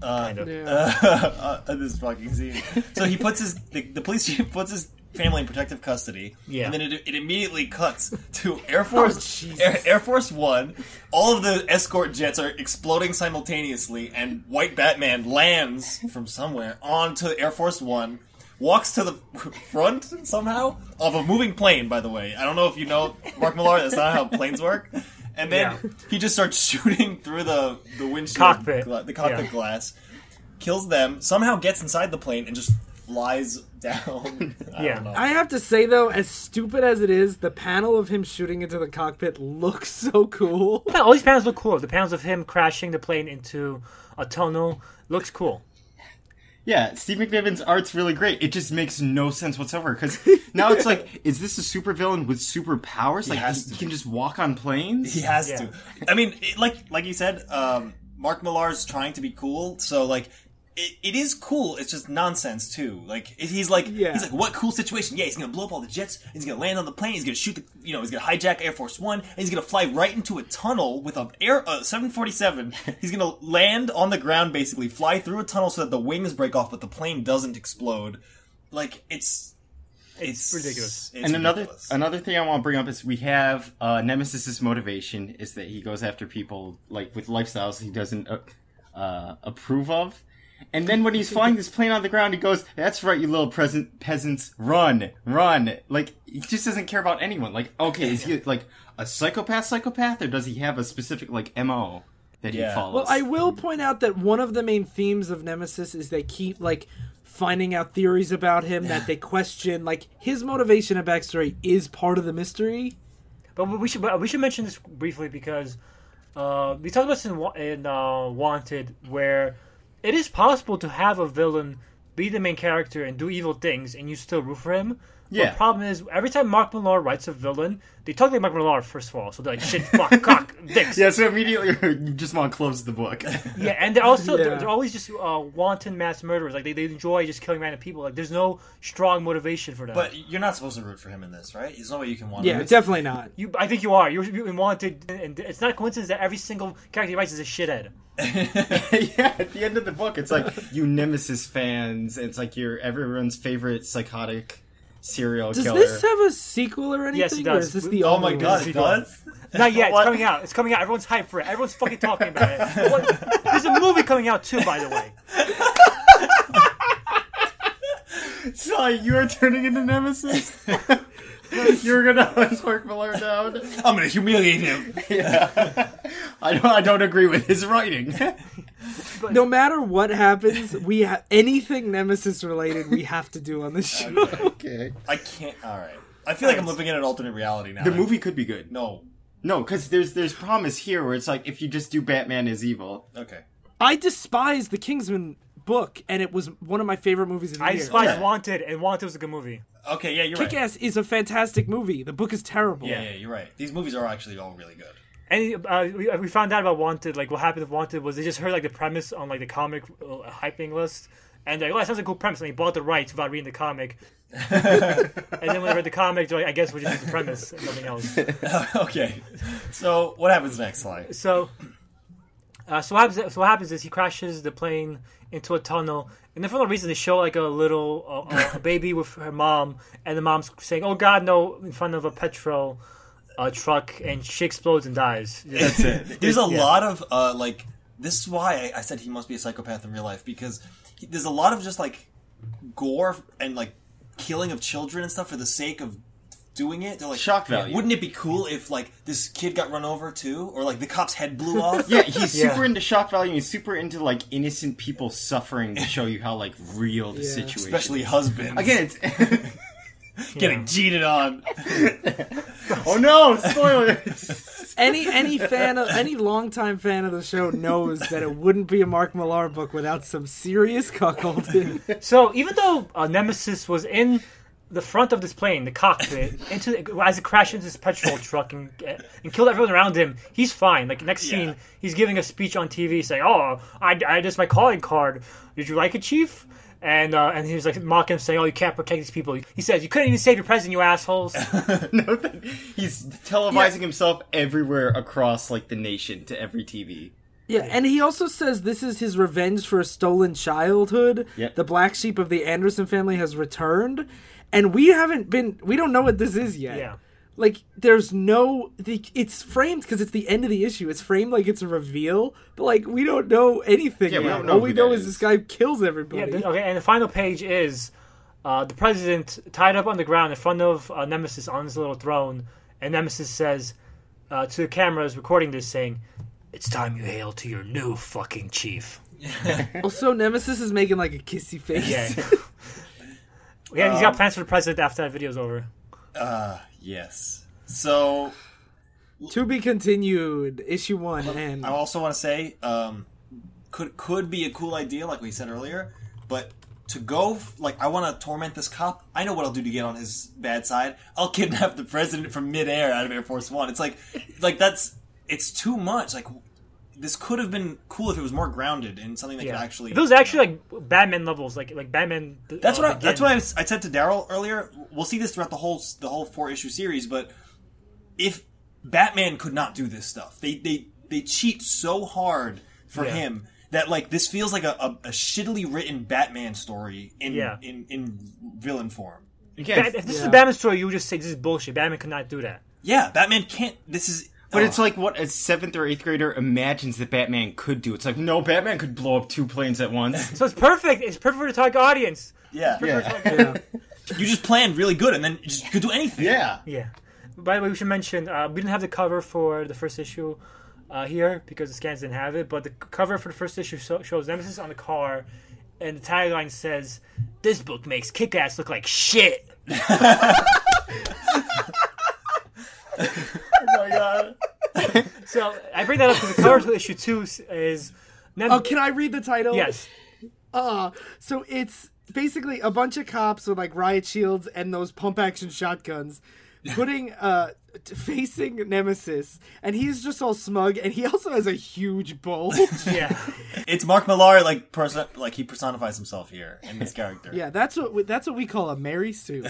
Speaker 1: kind of.
Speaker 3: Yeah.
Speaker 4: uh, this fucking scene. So he puts his the, the police chief puts his family in protective custody.
Speaker 1: Yeah.
Speaker 4: And then it, it immediately cuts to Air Force
Speaker 3: Jesus.
Speaker 4: Air, Air Force One. All of the escort jets are exploding simultaneously, and White Batman lands from somewhere onto Air Force One. Walks to the front somehow of a moving plane. By the way, I don't know if you know Mark Millar. That's not how planes work. And then
Speaker 1: Yeah.
Speaker 4: he just starts shooting through the the windshield
Speaker 1: Cockpit.
Speaker 4: gla- the cockpit
Speaker 1: Yeah.
Speaker 4: glass, kills them, somehow gets inside the plane and just flies down. I
Speaker 1: Yeah.
Speaker 4: don't know.
Speaker 3: I have to say though, as stupid as it is, the panel of him shooting into the cockpit looks so cool.
Speaker 1: Yeah, all these panels look cool. The panels of him crashing the plane into a tunnel looks cool.
Speaker 5: Yeah, Steve McNiven's art's really great. It just makes no sense whatsoever because now it's like, is this a supervillain with superpowers? Like
Speaker 4: has
Speaker 5: he,
Speaker 4: to
Speaker 5: can just walk on planes?
Speaker 4: He has
Speaker 1: Yeah.
Speaker 4: to. I mean, it, like like you said, um, Mark Millar's trying to be cool, so like. It, it is cool. It's just nonsense too. Like it, he's like
Speaker 3: Yeah.
Speaker 4: he's like what cool situation? Yeah, he's gonna blow up all the jets. He's gonna land on the plane. He's gonna shoot the you know he's gonna hijack Air Force One. And he's gonna fly right into a tunnel with a air uh, seven forty seven. He's gonna land on the ground basically, fly through a tunnel so that the wings break off, but the plane doesn't explode. Like it's it's,
Speaker 1: ridiculous.
Speaker 4: It's
Speaker 5: and another
Speaker 4: ridiculous.
Speaker 5: another thing I want to bring up is we have uh, Nemesis's motivation is that he goes after people like with lifestyles he doesn't uh, uh, approve of, and then when he's flying this plane on the ground, he goes, "That's right, you little peasant peasants, run, run!" Like he just doesn't care about anyone. Like, okay, is he like a psychopath, psychopath, or does he have a specific like mo that he
Speaker 4: Yeah.
Speaker 5: follows?
Speaker 3: Well, I will point out that one of the main themes of Nemesis is they keep like finding out theories about him that they question. Like his motivation and backstory is part of the mystery.
Speaker 1: But we should but we should mention this briefly because uh, we talked about this in, Wa- in uh, Wanted, where it is possible to have a villain be the main character and do evil things, and you still root for him.
Speaker 5: Yeah.
Speaker 1: The problem is every time Mark Millar writes a villain, they talk like Mark Millar first of all, so they're like shit, fuck, cock, dicks.
Speaker 5: yeah, so immediately you just want to close the book.
Speaker 1: Yeah, and they're also
Speaker 3: Yeah.
Speaker 1: they're, they're always just uh, wanton mass murderers. Like they, they enjoy just killing random people. Like there's no strong motivation for them.
Speaker 4: But you're not supposed to root for him in this, right? There's no way you can want.
Speaker 3: Yeah,
Speaker 4: him.
Speaker 3: definitely not.
Speaker 1: you, I think you are. You're, you wanted, and it's not a coincidence that every single character he writes is a shithead.
Speaker 5: yeah, at the end of the book, it's like you Nemesis fans. It's like your everyone's favorite psychotic serial
Speaker 3: Does
Speaker 5: killer.
Speaker 3: this have a sequel or anything?
Speaker 1: Yes, it
Speaker 3: Or
Speaker 1: does.
Speaker 3: is this
Speaker 1: We-
Speaker 3: the
Speaker 4: Oh
Speaker 3: only
Speaker 4: my god,
Speaker 3: one?
Speaker 4: it does.
Speaker 1: Not yet. It's
Speaker 4: What?
Speaker 1: coming out. It's coming out. Everyone's hyped for it. Everyone's fucking talking about it. What- There's a movie coming out too, by the way.
Speaker 5: Sorry, you are turning into Nemesis. You're gonna hunt Mark Miller down.
Speaker 4: I'm gonna humiliate him.
Speaker 5: I don't. I don't agree with his writing.
Speaker 3: No matter what happens, we ha- anything Nemesis related we have to do on this show.
Speaker 5: okay.
Speaker 4: I can't. All right. I feel like I'm living in an alternate reality now.
Speaker 5: The movie could be good.
Speaker 4: No.
Speaker 5: No, because there's there's promise here where it's like if you just do Batman is evil.
Speaker 4: Okay.
Speaker 3: I despise the Kingsman book, and it was one of my favorite movies of the
Speaker 1: I
Speaker 3: year.
Speaker 1: despise
Speaker 4: Yeah.
Speaker 1: Wanted, and Wanted was a good movie.
Speaker 4: Okay. Yeah, you're
Speaker 3: Kick
Speaker 4: right.
Speaker 3: Ass is a fantastic movie. The book is terrible.
Speaker 4: Yeah, yeah, you're right. These movies are actually all really good.
Speaker 1: And uh, we, we found out about Wanted. Like what happened with Wanted was they just heard like the premise on like the comic uh, hyping list, and they're like, oh, that sounds like a cool premise, and they bought the rights without reading the comic. and then when they read the comic, they're like, I guess we just use the premise and nothing else.
Speaker 4: okay. So what happens next, Sly?
Speaker 1: So, uh, so what happens? So what happens is he crashes the plane into a tunnel, and then for no reason they show like a little uh, a baby with her mom, and the mom's saying, "Oh God, no!" in front of a petrol uh, truck, and she explodes and dies. That's it.
Speaker 4: There's a lot of uh, like. This is why I, I said he must be a psychopath in real life because he, there's a lot of just like gore and like killing of children and stuff for the sake of doing it. They're like
Speaker 5: Shock value.
Speaker 4: Wouldn't it be cool if like this kid got run over too, or like the cop's head blew off?
Speaker 5: Yeah, he's
Speaker 1: Yeah.
Speaker 5: super into shock value. He's super into like innocent people suffering to show you how like real the
Speaker 3: Yeah.
Speaker 5: situation.
Speaker 4: especially husbands.
Speaker 5: again, it's
Speaker 4: getting cheated on.
Speaker 5: Oh no! Spoilers.
Speaker 3: Any any fan of any longtime fan of the show knows that it wouldn't be a Mark Millar book without some serious cuckolding.
Speaker 1: So even though uh, Nemesis was in the front of this plane, the cockpit, into as it crashed into this petrol truck and and killed everyone around him, he's fine. Like next
Speaker 4: Yeah.
Speaker 1: scene, he's giving a speech on TV saying, "Oh, I, I just my calling card. Did you like it, Chief?" And uh, and he's like mocking him, saying, "Oh, you can't protect these people." He says, "You couldn't even save your president, you assholes."
Speaker 5: no, th- he's televising himself everywhere across like the nation to every TV.
Speaker 3: Yeah, and he also says this is his revenge for a stolen childhood.
Speaker 5: Yep.
Speaker 3: The black sheep of the Anderson family has returned, and we haven't been. We don't know what this is yet.
Speaker 1: Yeah.
Speaker 3: Like, there's no. The, it's framed because it's the end of the issue. It's framed like it's a reveal, but like we don't know anything.
Speaker 5: Yeah, we
Speaker 3: yet.
Speaker 5: don't know
Speaker 3: All
Speaker 5: who
Speaker 3: we
Speaker 5: that
Speaker 3: know is.
Speaker 5: is.
Speaker 3: this guy kills everybody.
Speaker 1: Yeah, th- okay, and the final page is uh, the president tied up on the ground in front of uh, Nemesis on his little throne, and Nemesis says uh, to the cameras recording this, saying, "It's time you hail to your new fucking chief."
Speaker 3: also, Nemesis is making like a kissy face.
Speaker 1: Yeah, yeah, he's
Speaker 4: Um,
Speaker 1: got plans for the president after that video's over.
Speaker 4: Yes. So
Speaker 3: to be continued. Issue one. And
Speaker 4: I also want to say, um, could could be a cool idea, like we said earlier, But to go, f- like, I want to torment this cop. I know what I'll do to get on his bad side. I'll kidnap the president from midair out of Air Force One. It's like, like that's it's too much. Like, this could have been cool if it was more grounded and something that could actually.
Speaker 1: If it was actually like Batman levels, like like Batman.
Speaker 4: That's
Speaker 1: uh,
Speaker 4: what I,
Speaker 1: Begins.
Speaker 4: that's what I, was- I said to Daryl earlier. We'll see this throughout the whole the whole four issue series. But if Batman could not do this stuff, they they they cheat so hard for
Speaker 1: Yeah.
Speaker 4: him that like this feels like a, a, a shittily written Batman story in
Speaker 1: Yeah.
Speaker 4: in in villain form.
Speaker 5: Again,
Speaker 1: Bat- if this is
Speaker 3: Yeah.
Speaker 1: a Batman story, you would just say this is bullshit. Batman could not do that.
Speaker 4: Yeah, Batman can't. This is oh,
Speaker 5: But
Speaker 4: ugh.
Speaker 5: it's like what a seventh or eighth grader imagines that Batman could do. It's like no, Batman could blow up two planes at once.
Speaker 1: So it's perfect. It's perfect for the target audience.
Speaker 4: yeah,
Speaker 5: yeah,
Speaker 4: you just planned really good and then you just could do anything.
Speaker 5: yeah.
Speaker 1: Yeah. By the way, we should mention uh, we didn't have the cover for the first issue uh, here because the scans didn't have it. But the c- cover for the first issue so- shows Nemesis on the car, and the tagline says, "This book makes Kick-Ass look like shit."
Speaker 4: Oh my god.
Speaker 1: So I bring that up because the cover to issue two s- is. Nem-
Speaker 3: Oh, can I read the title?
Speaker 1: Yes.
Speaker 3: Uh, so it's basically a bunch of cops with like riot shields and those pump action shotguns putting uh t- facing nemesis and he's just all smug and he also has a huge bulge
Speaker 1: Yeah.
Speaker 4: It's Mark Millar like person like he personifies himself here in this character.
Speaker 3: yeah that's what we, that's what we call a mary sue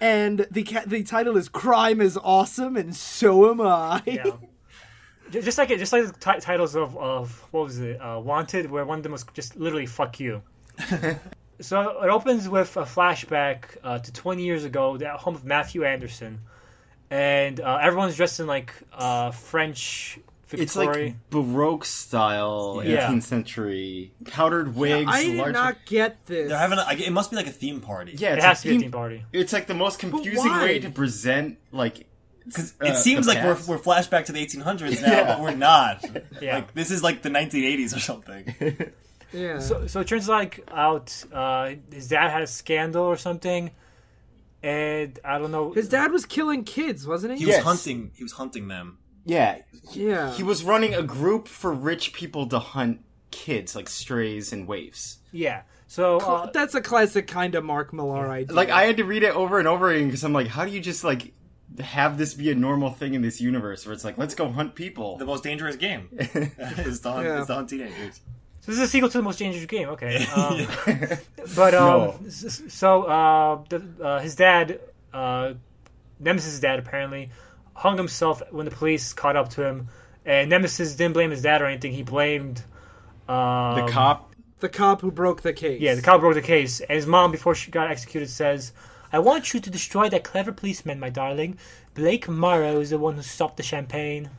Speaker 3: and the ca- the title is crime is awesome and so am i
Speaker 1: Yeah. Ju- Just like it, just like the ti- titles of, of what was it, uh, Wanted, where one of them was just literally "fuck you." so it opens with a flashback uh, to 20 years ago, the home of Matthew Anderson, and uh, everyone's dressed in like uh, French
Speaker 5: It's
Speaker 1: Victoria.
Speaker 5: like baroque style,
Speaker 1: Yeah.
Speaker 5: 18th century powdered wigs.
Speaker 3: i did
Speaker 5: large-
Speaker 3: not get this
Speaker 4: They're having a, like, it must be like a theme party.
Speaker 5: Yeah,
Speaker 1: it
Speaker 5: it's
Speaker 1: has to be a
Speaker 5: theme-
Speaker 1: theme party.
Speaker 5: It's like the most confusing
Speaker 3: why?
Speaker 5: way to present like. Because
Speaker 4: It seems like we're, we're flashback to the 1800s now,
Speaker 5: Yeah.
Speaker 4: but we're not.
Speaker 1: Yeah.
Speaker 4: Like this is like the 1980s or something.
Speaker 3: yeah
Speaker 1: So, so it turns like out uh, his dad had a scandal or something, and I don't know.
Speaker 3: his dad was killing kids wasn't he
Speaker 4: He
Speaker 5: Yes.
Speaker 4: was hunting. He was hunting them.
Speaker 5: yeah.
Speaker 3: yeah
Speaker 5: He was running a group for rich people to hunt kids like strays and waifs.
Speaker 1: yeah. So uh,
Speaker 3: that's a classic kind of Mark Millar idea.
Speaker 5: Like I had to read it over and over again because I'm like, how do you just like have this be a normal thing in this universe where it's like, let's go hunt people?
Speaker 4: The most dangerous game is to hunt,
Speaker 3: Yeah.
Speaker 4: is to hunt teenagers.
Speaker 1: So this is a sequel to the most dangerous game. Okay, um, but um,
Speaker 5: No.
Speaker 1: s- s- so uh, the, uh, his dad, uh, Nemesis' dad, apparently hung himself when the police caught up to him, and Nemesis didn't blame his dad or anything. He blamed um,
Speaker 5: the cop.
Speaker 3: the cop who broke the case.
Speaker 1: Yeah, the cop broke the case, and his mom, before she got executed, says. I want you to destroy that clever policeman, my darling. Blake Morrow is the one who stopped the champagne.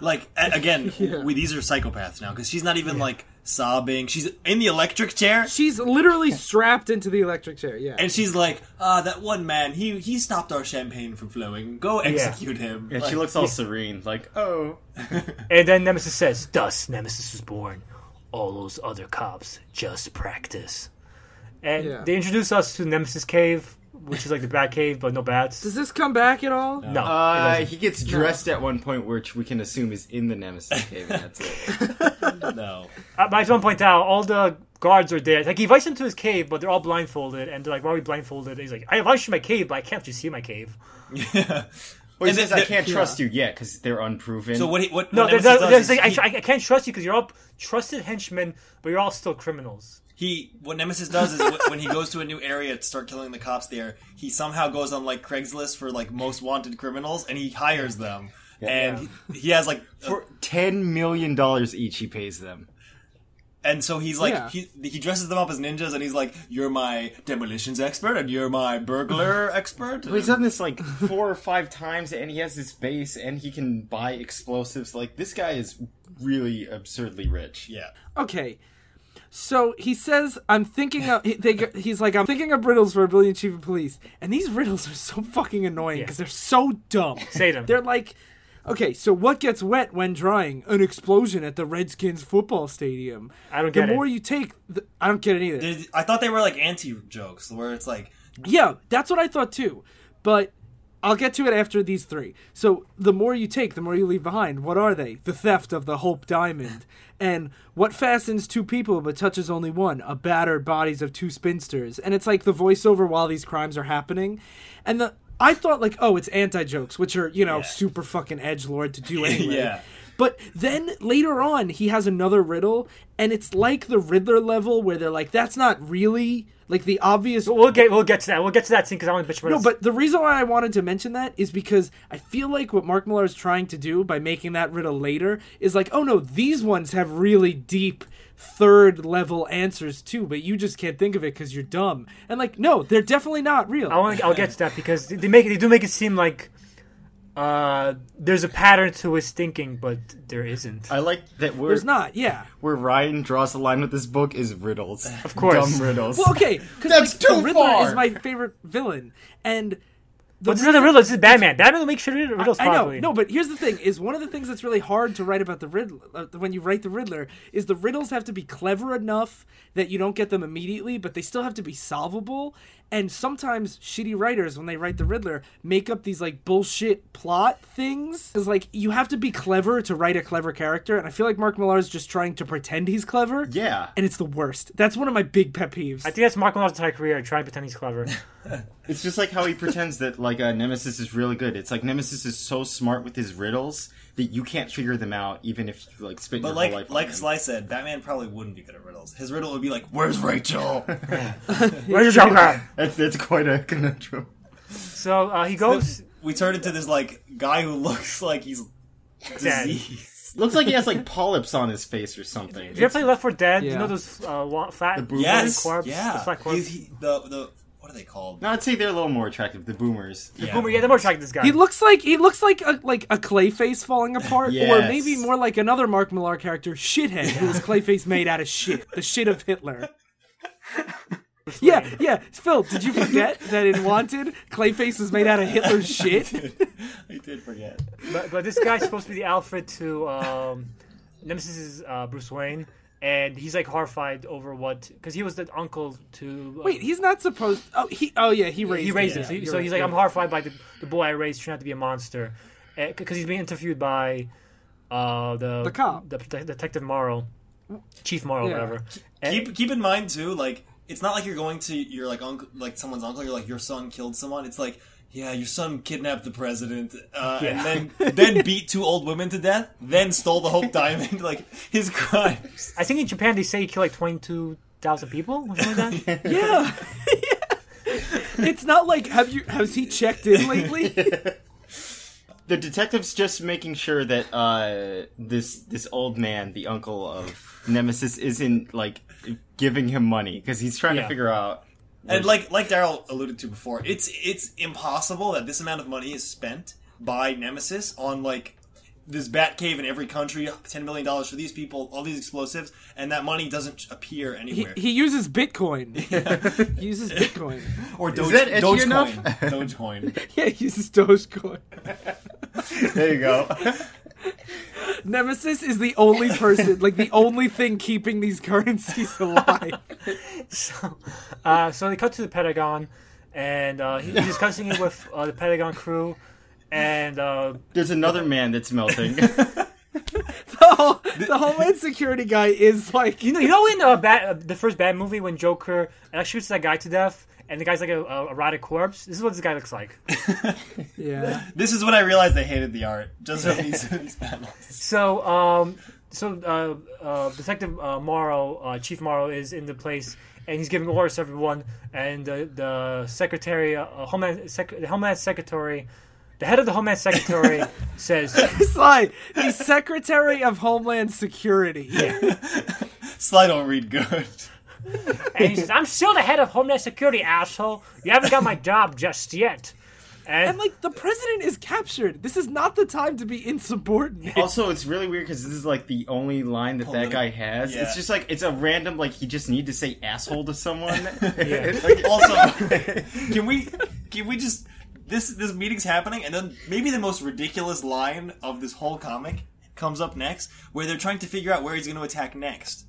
Speaker 4: Like a- again, we these are psychopaths now because she's not even like sobbing. She's in the electric chair
Speaker 3: She's literally strapped into the electric chair. Yeah.
Speaker 4: and she's like, "Ah, that one man. He he stopped our champagne from flowing. Go execute him."
Speaker 5: And
Speaker 4: Like,
Speaker 5: she looks all serene, like, oh.
Speaker 1: And then Nemesis says, Thus Nemesis was born. All those other cops just practice. And
Speaker 3: Yeah.
Speaker 1: they introduce us to Nemesis Cave, which is like the Bat Cave, but no bats. Uh,
Speaker 3: Does this come back at all?
Speaker 1: No.
Speaker 5: Uh, he gets dressed at one point, which we can assume is in the Nemesis cave. And that's it.
Speaker 4: no.
Speaker 1: Uh, but I just want to point out, all the guards are there. Like, he invites them to his cave, but they're all blindfolded. And they're like, Why are we blindfolded? And he's like, I invite you to my cave, but I can't let you see my cave.
Speaker 5: Well, he
Speaker 4: And
Speaker 5: says,
Speaker 4: the-
Speaker 5: "I
Speaker 4: the-
Speaker 5: can't trust you yet because they're unproven."
Speaker 4: So what? He, what?
Speaker 1: No,
Speaker 4: what
Speaker 1: they're,
Speaker 4: Nemesis
Speaker 1: they're,
Speaker 4: does
Speaker 1: they're like,
Speaker 4: is
Speaker 1: I,
Speaker 4: he-
Speaker 1: tr- I I can't trust you because you're all trusted henchmen, but you're all still criminals.
Speaker 4: he what Nemesis does is wh- when he goes to a new area to start killing the cops there, he somehow goes on like Craigslist for like most wanted criminals and he hires them. and He, he has like a-
Speaker 5: For ten million dollars each, he pays them.
Speaker 4: and so he's like
Speaker 3: Yeah.
Speaker 4: he he dresses them up as ninjas and he's like you're my demolitions expert and you're my burglar expert.
Speaker 5: But he's done this like four or five times, and he has this base, and he can buy explosives. Like this guy is really absurdly rich.
Speaker 4: yeah.
Speaker 3: Okay. So he says, "I'm thinking of." He, they, go- he's like, "I'm thinking of riddles for a brilliant chief of police," and these riddles are so fucking annoying because they're so dumb.
Speaker 1: Say them.
Speaker 3: They're like, okay, so what gets wet when drying? An explosion at the Redskins football stadium.
Speaker 1: I don't
Speaker 3: the
Speaker 1: get it.
Speaker 3: more you take, the, I don't get it either.
Speaker 4: There's- I thought they were like anti jokes where it's like
Speaker 3: Yeah, that's what I thought too. But I'll get to it after these three. So the more you take, the more you leave behind. What are they? The theft of the Hope Diamond. And what fastens two people but touches only one? A battered bodies of two spinsters. And it's like the voiceover while these crimes are happening. And the I thought like, oh, it's anti jokes, which are, you know,
Speaker 4: Yeah.
Speaker 3: super fucking edge lord to do anyway.
Speaker 4: Yeah.
Speaker 3: But then later on, he has another riddle, and it's like the Riddler level where they're like, "That's not really like the obvious."
Speaker 1: We'll get we'll get to that. We'll get to that scene because I want to bitch about
Speaker 3: No,
Speaker 1: it.
Speaker 3: but the reason why I wanted to mention that is because I feel like what Mark Millar is trying to do by making that riddle later is like, "Oh no, these ones have really deep." third level answers too but you just can't think of it because you're dumb and like no they're definitely not real
Speaker 1: I want. I'll get to that because they make it. They do make it seem like uh, there's a pattern to his thinking, but there
Speaker 3: Uh,
Speaker 1: isn't.
Speaker 5: I like that we're
Speaker 3: there's not yeah
Speaker 5: where Ryan draws the line with this book is riddles. Of
Speaker 1: course.
Speaker 5: Dumb riddles.
Speaker 3: well okay because
Speaker 5: That's
Speaker 3: like, the
Speaker 5: too
Speaker 3: riddler
Speaker 5: far.
Speaker 3: is my favorite villain and the
Speaker 1: But it's not a riddle. This is Batman. Batman will make sure to riddles.
Speaker 3: I know.
Speaker 1: properly.
Speaker 3: No, but here's the thing: is one of the things that's really hard to write about the riddle uh, when you write the Riddler is the riddles have to be clever enough that you don't get them immediately, but they still have to be solvable. And sometimes shitty writers, when they write the Riddler, make up these like bullshit plot things. Because like you have to be clever to write a clever character, and I feel like Mark Millar is just trying to pretend he's clever.
Speaker 5: yeah.
Speaker 3: And it's the worst. That's one of my big pet peeves.
Speaker 1: I think that's Mark Millar's entire career. Trying to pretend he's clever.
Speaker 5: It's just like how he pretends that like uh, Nemesis is really good. It's like Nemesis is so smart with his riddles that you can't figure them out, even if you like spend
Speaker 4: But
Speaker 5: your
Speaker 4: like
Speaker 5: whole life.
Speaker 4: like
Speaker 5: on them.
Speaker 4: Sly said, Batman probably wouldn't be good at riddles. His riddle would be like, "Where's Rachel?"
Speaker 1: Where's your Joker?
Speaker 5: that's that's quite a conundrum.
Speaker 1: So uh, he goes.
Speaker 4: we turn into this like guy who looks like he's
Speaker 1: Dead.
Speaker 4: diseased.
Speaker 5: Looks like he has like polyps on his face or something.
Speaker 1: Did you ever play Left 4 Dead? You
Speaker 3: Yeah.
Speaker 1: know those uh, wa- flat
Speaker 5: The
Speaker 4: Yes,
Speaker 1: corpse, the
Speaker 4: yeah.
Speaker 1: flat corpse.
Speaker 4: He's- he- the the what are they called?
Speaker 5: no, I'd say they're a little more attractive. The boomers.
Speaker 4: Yeah.
Speaker 1: Boomer, yeah, they're more attracted to this guy.
Speaker 3: He looks like he looks like a like a Clayface falling apart, or
Speaker 5: Yes.
Speaker 3: maybe more like another Mark Millar character, shithead, who is Clayface made out of shit, the shit of Hitler. yeah, yeah. Phil, did you forget that in Wanted, Clayface is made out of Hitler's shit?
Speaker 4: I did forget.
Speaker 1: but, but this guy's supposed to be the Alfred to um, Nemesis is uh, Bruce Wayne, and he's like horrified over what because he was the uncle to. uh,
Speaker 3: Wait, he's not supposed. Oh, he. Oh yeah, he raised.
Speaker 1: he raised him,
Speaker 3: Yeah,
Speaker 1: so, he-
Speaker 3: you're
Speaker 1: so
Speaker 3: right,
Speaker 1: he's like,
Speaker 3: yeah.
Speaker 1: I'm horrified by the, the boy I raised turned out to be a monster, because he's being interviewed by uh, the
Speaker 3: The cop.
Speaker 1: the, prote- detective Morrow, Chief Morrow,
Speaker 3: Yeah.
Speaker 1: whatever.
Speaker 4: Keep keep in mind too, like it's not like you're going to your like uncle, like someone's uncle. You're like your son killed someone. It's like yeah, your son kidnapped the president, uh, and then then beat two old women to death, then stole the Hope Diamond. Like his crimes.
Speaker 1: I think in Japan they say he killed like 22,000 people, or something like that.
Speaker 3: Yeah. It's not like have you has he checked in lately?
Speaker 5: The detective's just making sure that uh, this this old man, the uncle of Nemesis, isn't like giving him money because he's trying
Speaker 1: Yeah.
Speaker 5: to figure out.
Speaker 4: And like like Daryl alluded to before, it's it's impossible that this amount of money is spent by Nemesis on like this Batcave in every country, ten million dollars for these people, all these explosives, and that money doesn't appear
Speaker 3: He,
Speaker 4: anywhere.
Speaker 3: he uses Bitcoin. He uses Bitcoin.
Speaker 4: or Doge,
Speaker 5: that edgy
Speaker 4: Dogecoin.
Speaker 5: enough?
Speaker 4: Dogecoin.
Speaker 3: Yeah, he uses Dogecoin.
Speaker 5: There you go.
Speaker 3: Nemesis is the only person, like the only thing keeping these currencies alive.
Speaker 1: So, uh, so they cut to the Pentagon, and uh, he- he's discussing it with uh, the Pentagon crew, and uh,
Speaker 5: There's another man that's melting.
Speaker 3: The, whole, the Homeland Security guy is like,
Speaker 1: you know, you know, in uh, Bat, uh, the first Bat movie when Joker uh, shoots that guy to death, and the guy's like a, a rotted corpse. This is what this guy looks like.
Speaker 3: yeah,
Speaker 4: This is when I realized they hated the art. Just from these, these panels.
Speaker 1: So, um, so uh, uh, Detective uh, Morrow, uh, Chief Morrow, is in the place, and he's giving orders to everyone. And the, the secretary, uh, uh, Homeland, Sec- the Homeland Secretary, the head of the Homeland Secretary says,
Speaker 3: it's like the Secretary of Homeland Security.
Speaker 4: Sly don't read good.
Speaker 1: and he says, "I'm still the head of Homeland Security, asshole. You haven't got my job just yet." And,
Speaker 3: And like the president is captured. This is not the time to be insubordinate.
Speaker 5: also, it's really weird because this is like the only line that that guy has.
Speaker 4: Yeah.
Speaker 5: It's just like it's a random like he just need to say asshole to someone.
Speaker 4: Like, also, can we can we just this this meeting's happening, and then maybe the most ridiculous line of this whole comic comes up next, where they're trying to figure out where he's going to attack next.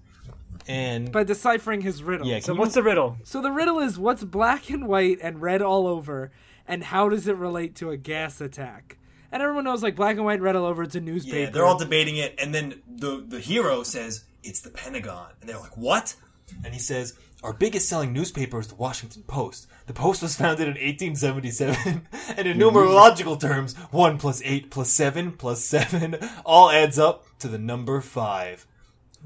Speaker 4: And
Speaker 3: By deciphering his riddle.
Speaker 4: Yeah,
Speaker 1: so, what's the riddle?
Speaker 3: So the riddle is what's black and white and red all over, and how does it relate to a gas attack? And everyone knows like black and white, red all over. It's a
Speaker 4: Yeah,
Speaker 3: newspaper.
Speaker 4: they're all debating it, and then the the hero says it's the Pentagon, and they're like, "What?" And he says, "Our biggest selling newspaper is the Washington Post. The Post was founded in 1877, and in numerological terms, one plus eight plus seven plus seven all adds up to the number five.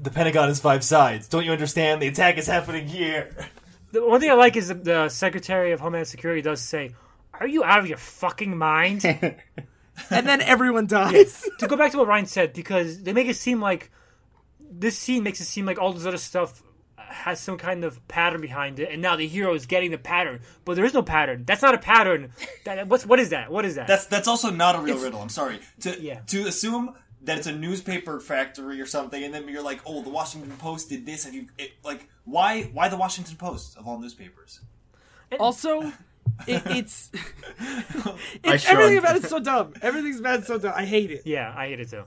Speaker 4: The Pentagon is five sides. Don't you understand? The attack is happening here."
Speaker 1: The one thing I like is the, the Secretary of Homeland Security does say, "Are you out of your fucking mind?" to
Speaker 3: and then everyone dies.
Speaker 1: go back to what Ryan said, because they make it seem like this scene makes it seem like all this other stuff has some kind of pattern behind it, and now the hero is getting the pattern, but there is no pattern. That's not a pattern. That, what's what is that? What is that?
Speaker 4: That's that's also not a real riddle. I'm sorry to
Speaker 1: Yeah.
Speaker 4: to assume that it's a newspaper factory or something, and then you're like, oh, the Washington Post did this. Have you it, like why why the Washington Post of all newspapers?
Speaker 3: also, it, it's
Speaker 5: I
Speaker 3: it's everything
Speaker 5: shrugged.
Speaker 3: about it's so dumb. Everything's bad, so dumb. I hate it.
Speaker 1: yeah, I hate it too.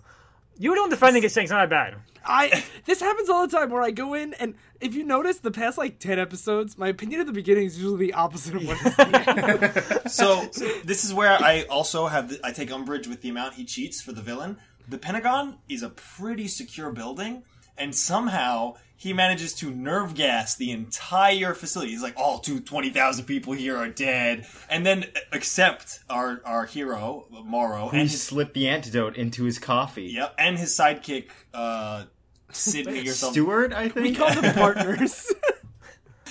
Speaker 1: You were the one defending it, saying it's not that bad.
Speaker 3: I this happens all the time where I go in and if you notice the past like ten episodes, my opinion at the beginning is usually the opposite of what. It's
Speaker 4: So this is where I also have the, I take umbrage with the amount he cheats for the villain. The Pentagon is a pretty secure building, and somehow he manages to nerve gas the entire facility. He's like, "All two twenty thousand people here are dead," and then uh, accept our our hero Morrow
Speaker 5: He
Speaker 4: and his
Speaker 5: slipped the antidote into his coffee.
Speaker 4: Yep, and his sidekick, uh, Sydney or something.
Speaker 5: Stewart, I think.
Speaker 3: we call them partners.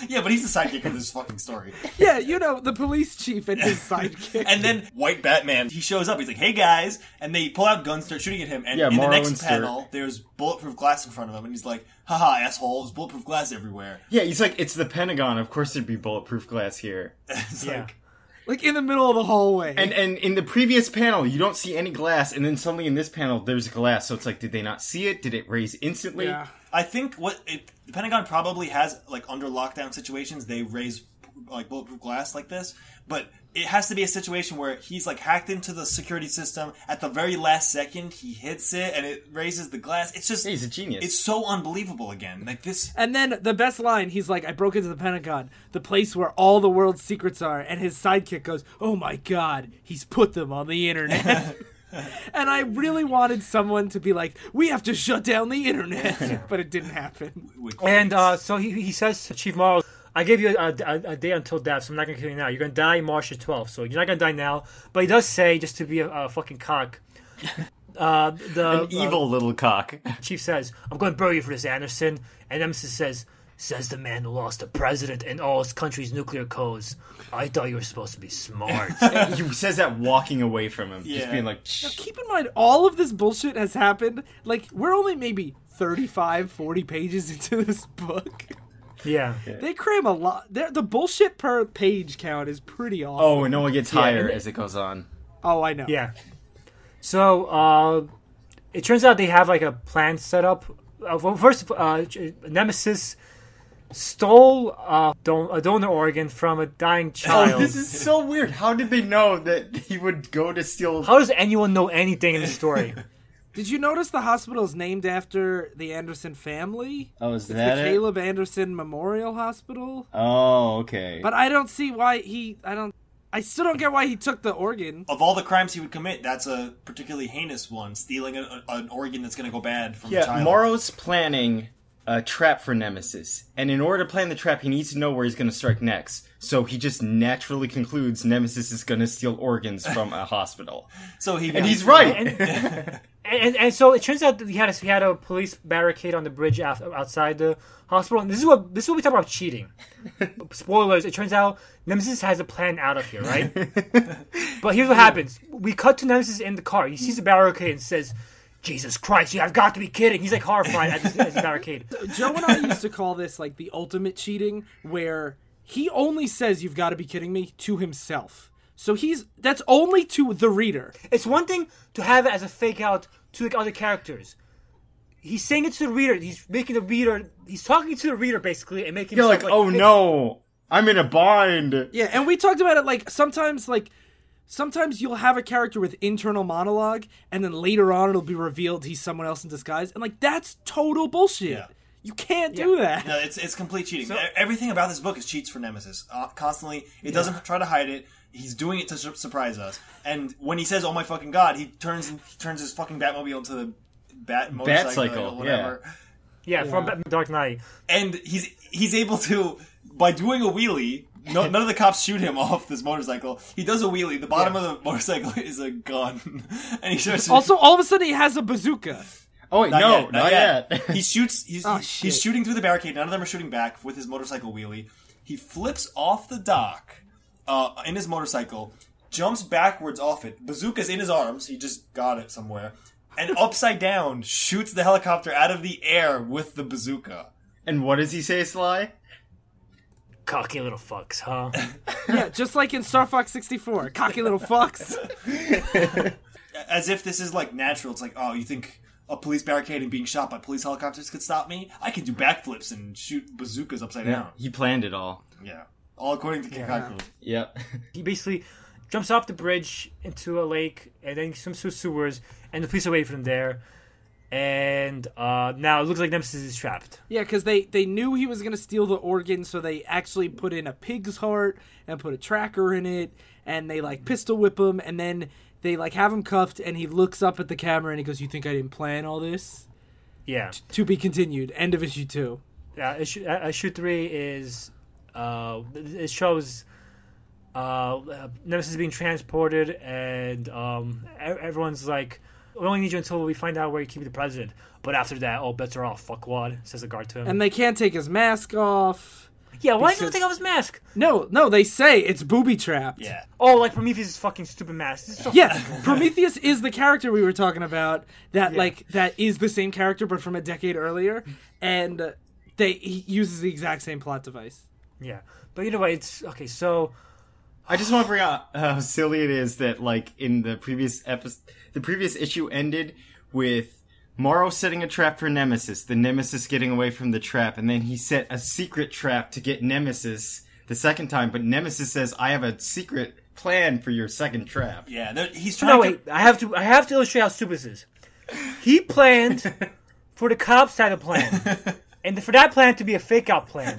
Speaker 4: Yeah, but he's the sidekick of this fucking story.
Speaker 3: yeah, you know the police chief and his sidekick.
Speaker 4: And then White Batman, he shows up. He's like, "Hey guys!" And they pull out guns, start shooting at him. And
Speaker 5: Yeah,
Speaker 4: in
Speaker 5: Morrow
Speaker 4: the
Speaker 5: and
Speaker 4: next
Speaker 5: Stewart.
Speaker 4: panel, there's bulletproof glass in front of him, and he's like, "Haha, asshole! There's bulletproof glass everywhere."
Speaker 5: yeah, he's like, it's the Pentagon. Of course, there'd be bulletproof glass here.
Speaker 4: It's
Speaker 1: Yeah.
Speaker 4: like,
Speaker 3: like in the middle of the hallway.
Speaker 5: And and in the previous panel, you don't see any glass, and then suddenly in this panel, there's glass. So it's like, did they not see it? Did it raise instantly?
Speaker 3: yeah.
Speaker 4: I think what it, the Pentagon probably has like under lockdown situations, they raise like bulletproof glass like this, but it has to be a situation where he's like hacked into the security system at the very last second. He hits it and it raises the glass. It's just
Speaker 5: Yeah, he's a genius.
Speaker 4: It's so unbelievable again. Like this.
Speaker 3: And then the best line, he's like, I broke into the Pentagon, the place where all the world's secrets are. And his sidekick goes, Oh my God, he's put them on the internet. and I really wanted someone to be like, We have to shut down the internet. but it didn't happen.
Speaker 1: And uh, so he, he says to Chief Morrow, I gave you a, a, a day until death, so I'm not going to kill you now. You're going to die March the 12th, so you're not going to die now. But he does say, just to be a, a fucking cock, uh, the uh,
Speaker 5: An evil little cock.
Speaker 1: chief says, I'm going to bury you for this, Anderson. And Emerson says, says the man who lost the president and all his country's nuclear codes. I thought you were supposed to be smart.
Speaker 5: he says that walking away from him,
Speaker 4: Yeah.
Speaker 5: just being like, "Shh."
Speaker 3: Keep in mind, all of this bullshit has happened. Like, we're only maybe 35, 40 pages into this book.
Speaker 1: yeah.
Speaker 3: They cram a lot. They're, the bullshit per page count is pretty awesome.
Speaker 5: oh, and no one gets higher as it goes on.
Speaker 3: Oh, I know.
Speaker 1: Yeah. So uh, it turns out they have like a plan set up. Uh, well, first, uh, Nemesis stole uh, don- a donor organ from a dying child.
Speaker 5: Oh, this is so weird. How did they know that he would go to steal?
Speaker 1: How does anyone know anything in the story?
Speaker 3: Did you notice the hospital is named after the Anderson family?
Speaker 5: oh, is
Speaker 3: It's the Caleb Anderson Memorial Hospital.
Speaker 5: Oh, okay.
Speaker 3: But uh, I don't see why he. I don't. I still don't get why he took the organ.
Speaker 4: of all the crimes he would commit, that's a particularly heinous one: stealing a, a- an organ that's going to go bad from a
Speaker 5: yeah,
Speaker 4: child.
Speaker 5: Morrow's planning a trap for Nemesis, and in order to plan the trap, he needs to know where he's going to strike next. So he just naturally concludes Nemesis is going to steal organs from a hospital,
Speaker 4: so he
Speaker 5: and he's right.
Speaker 1: And, and and so it turns out that he had a, he had a police barricade on the bridge af- outside the hospital. And this is what this is what we talk about cheating. Spoilers. It turns out Nemesis has a plan out of here, right? but here's what happens: we cut to Nemesis in the car. He sees the barricade and says. Jesus Christ! You have got to be kidding. He's like horrified at this, at this barricade.
Speaker 3: Joe and I used to call this like the ultimate cheating, where he only says "You've got to be kidding me" to himself. So he's that's only to the reader.
Speaker 1: It's one thing to have it as a fake out to like other characters. He's saying it to the reader. He's making the reader. He's talking to the reader basically and making.
Speaker 5: You're like,
Speaker 1: himself,
Speaker 5: oh no, I'm in a bind.
Speaker 3: Yeah, and we talked about it like sometimes like sometimes you'll have a character with internal monologue and then later on it'll be revealed he's someone else in disguise and like that's total bullshit.
Speaker 4: Yeah.
Speaker 3: You can't do that.
Speaker 4: No, it's it's complete cheating. E- Everything about this book is cheats for Nemesis. Uh, constantly, it doesn't try to hide it. He- He's doing it to sur- surprise us. And when he says, "Oh my fucking god," he turns he turns his fucking Batmobile into the Bat motorcycle,
Speaker 5: cycle,
Speaker 4: or whatever.
Speaker 1: Yeah, from Batman Dark Knight.
Speaker 4: And he's he's able to by doing a wheelie. No, none of the cops shoot him off this motorcycle. He does a wheelie. The bottom of the motorcycle is a gun, and he starts
Speaker 3: Also, all of a sudden he has a bazooka.
Speaker 5: Oh wait,
Speaker 4: Not
Speaker 5: no,
Speaker 4: yet,
Speaker 5: not yet.
Speaker 4: he shoots. He's,
Speaker 3: Oh,
Speaker 4: he's,
Speaker 3: shit.
Speaker 4: he's shooting through the barricade. None of them are shooting back with his motorcycle wheelie. He flips off the dock uh, in his motorcycle, jumps backwards off it. Bazooka's in his arms. He just got it somewhere, and upside down shoots the helicopter out of the air with the bazooka.
Speaker 5: and what does he say, Sly?
Speaker 1: Cocky little fucks, huh?
Speaker 3: Yeah, just like in Star Fox 64. Cocky little fox.
Speaker 4: As if this is like natural. It's like, oh, you think a police barricade and being shot by police helicopters could stop me? I can do backflips and shoot bazookas upside down.
Speaker 5: He planned it all.
Speaker 4: Yeah, all according to Kikaku.
Speaker 5: Yep.
Speaker 1: he basically jumps off the bridge into a lake and then swims through sewers, and the police are waiting for him there. And uh, now it looks like Nemesis is trapped.
Speaker 3: Yeah, because they, they knew he was going to steal the organ, so they actually put in a pig's heart and put a tracker in it, and they like pistol whip him, and then they like have him cuffed, and he looks up at the camera and he goes, You think I didn't plan all this?
Speaker 1: Yeah.
Speaker 3: To be continued. End of issue two.
Speaker 1: Yeah, issue, uh, issue three is uh, it shows uh, Nemesis being transported, and um, e- everyone's like, "We only need you until we find out where you keep the president." But after that, all bets are off. Fuckwad says the guard to him.
Speaker 3: And they can't take his mask off.
Speaker 1: yeah, why did not
Speaker 3: because-
Speaker 1: take off his mask?
Speaker 3: No, no, they say it's booby trapped.
Speaker 4: Yeah.
Speaker 1: Oh, like Prometheus' fucking stupid mask. This is so
Speaker 3: Yeah, Prometheus is the character we were talking about that
Speaker 1: Yeah.
Speaker 3: like that is the same character but from a decade earlier and uh, they he uses the exact same plot device.
Speaker 1: Yeah, but either way, it's okay. So
Speaker 5: I just want to bring out how silly it is that, like, in the previous episode, the previous issue ended with Morrow setting a trap for Nemesis, the Nemesis getting away from the trap, and then he set a secret trap to get Nemesis the second time, but Nemesis says, I have a secret plan for your second trap.
Speaker 4: Yeah, there- he's trying
Speaker 1: Oh, no,
Speaker 4: to.
Speaker 1: wait. I have to. I have to illustrate how stupid this is. He planned for the cops to have a plan, and for that plan to be a fake out plan.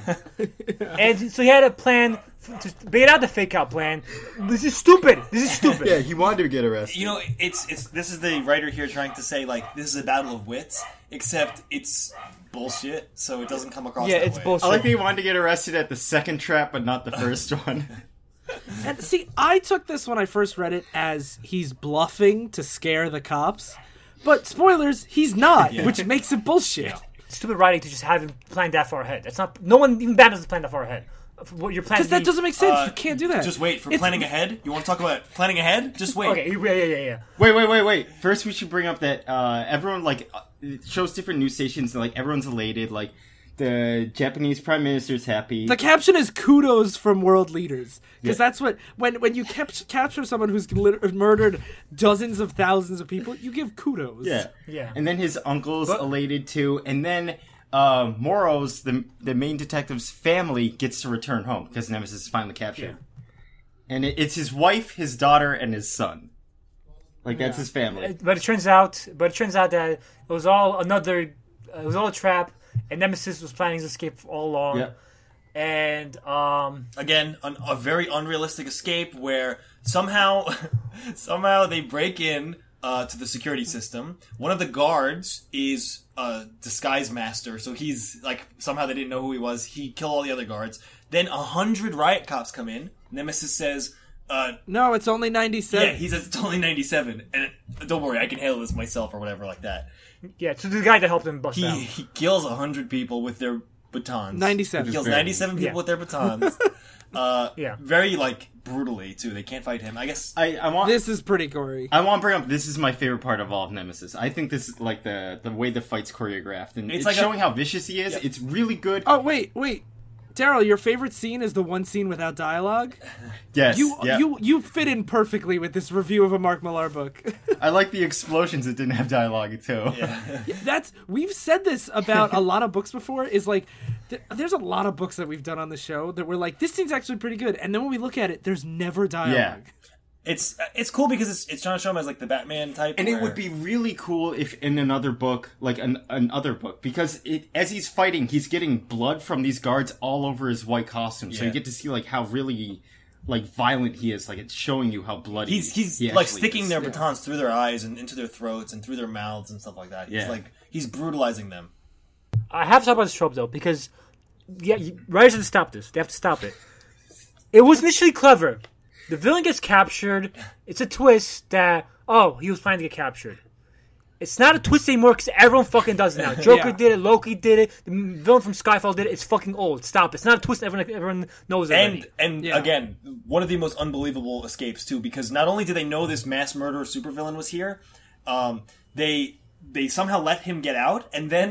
Speaker 1: And so he had a plan f- to bait out the fake out plan. This is stupid. This is stupid.
Speaker 5: Yeah, he wanted to get arrested.
Speaker 4: you know, it's it's this is the writer here trying to say like this is a battle of wits, except it's bullshit, so it doesn't come across.
Speaker 1: Yeah,
Speaker 4: that
Speaker 1: it's
Speaker 4: way.
Speaker 1: bullshit.
Speaker 5: I like that he wanted to get arrested at the second trap, but not the first one.
Speaker 3: And see, I took this when I first read it as he's bluffing to scare the cops, but spoilers, he's not, which makes it bullshit.
Speaker 1: stupid writing to just have him plan that far ahead. That's not. No one even bad doesn't plan that far ahead. What your plan?
Speaker 3: Because that doesn't make sense. you can't do that.
Speaker 4: Uh, Just wait for
Speaker 3: It's-
Speaker 4: planning ahead. You want to talk about planning ahead? Just wait.
Speaker 1: Okay. Yeah. Yeah. Yeah. yeah.
Speaker 5: Wait, wait, wait, wait. First, we should bring up that uh, everyone like uh, it shows different news stations, and like everyone's elated. Like the Japanese prime minister's happy.
Speaker 3: The caption is kudos from world leaders because
Speaker 5: Yeah.
Speaker 3: that's what when when you kept, capture someone who's lit- murdered dozens of thousands of people, you give kudos.
Speaker 5: yeah,
Speaker 1: Yeah.
Speaker 5: And then his uncle's elated too, and then uh, Morrow's the the main detective's family gets to return home because Nemesis is finally captured. And it, it's his wife, his daughter, and his son. Like that's his
Speaker 3: Uh,
Speaker 5: family.
Speaker 1: but it turns out but it turns out that it was all another uh, it was all a trap and nemesis was planning his escape all along
Speaker 5: Yeah.
Speaker 1: and um
Speaker 4: Again, an, a very unrealistic escape where somehow, somehow they break in uh, to the security system. One of the guards is a disguise master, so he's like somehow they didn't know who he was. He killed all the other guards. Then a hundred riot cops come in. Nemesis says. Uh,
Speaker 3: No, it's only ninety
Speaker 4: Yeah,
Speaker 3: seven.
Speaker 4: he says it's only 97, and don't worry, I can handle this myself or whatever like that.
Speaker 1: yeah so the guy that helped him bust
Speaker 4: He,
Speaker 1: out
Speaker 4: he kills 100 people with their batons.
Speaker 3: 97.
Speaker 4: He kills
Speaker 5: Very-
Speaker 4: 97 people
Speaker 1: yeah.
Speaker 4: with their batons. uh,
Speaker 1: Yeah.
Speaker 4: Very, like, brutally, too. They can't fight him. I guess
Speaker 5: I, I want
Speaker 3: This is pretty gory.
Speaker 5: I want to bring up this is my favorite part of all of Nemesis. I think this is like the the way the fight's choreographed and it's,
Speaker 4: like a-
Speaker 5: showing how vicious he is. It's really good.
Speaker 3: oh wait, wait, Daryl, your favorite scene is the one scene without dialogue.
Speaker 5: yes,
Speaker 3: You
Speaker 5: yeah.
Speaker 3: you you fit in perfectly with this review of a Mark Millar book.
Speaker 5: I like the explosions that didn't have dialogue too.
Speaker 3: That's we've said this about a lot of books before. Is like th- there's a lot of books that we've done on the show that we're like this scene's actually pretty good, and then when we look at it, there's never dialogue.
Speaker 5: Yeah.
Speaker 4: it's it's cool because it's, it's trying to show him as, like, the Batman type.
Speaker 5: And it
Speaker 4: where-
Speaker 5: would be really cool if in another book, like an another book, because it, as he's fighting, he's getting blood from these guards all over his white costume. So
Speaker 4: Yeah.
Speaker 5: you get to see like how really like violent he is. Like it's showing you how bloody
Speaker 4: He's he's
Speaker 5: he
Speaker 4: like
Speaker 5: actually
Speaker 4: sticking
Speaker 5: is.
Speaker 4: their batons through their eyes and into their throats and through their mouths and stuff like that. He's
Speaker 5: Yeah.
Speaker 4: like he's brutalizing them.
Speaker 1: I have to talk about this trope though because yeah, you- writers have to stop this. They have to stop it. It was initially clever. The villain gets captured. It's a twist that oh he was planning to get captured. It's not a twist anymore because everyone fucking does it now. Joker
Speaker 3: Yeah.
Speaker 1: did it. Loki did it. The m- villain from Skyfall did it. It's fucking old. Stop. It's not a twist. Everyone everyone knows it. already.
Speaker 4: And and
Speaker 3: Yeah.
Speaker 4: again, one of the most unbelievable escapes too, because not only did they know this mass murderer supervillain was here, um, they they somehow let him get out, and then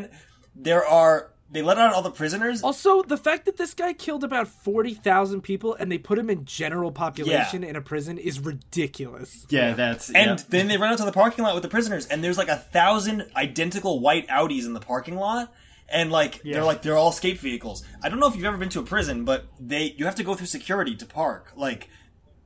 Speaker 4: there are they let out all the prisoners.
Speaker 3: Also, the fact that this guy killed about 40,000 people and they put him in general population in a prison is ridiculous.
Speaker 5: Yeah, that's
Speaker 4: And
Speaker 5: yeah.
Speaker 4: then they run out to the parking lot with the prisoners, and there's like a thousand identical white Audis in the parking lot, and like they're like they're all escape vehicles. I don't know if you've ever been to a prison, but they you have to go through security to park. Like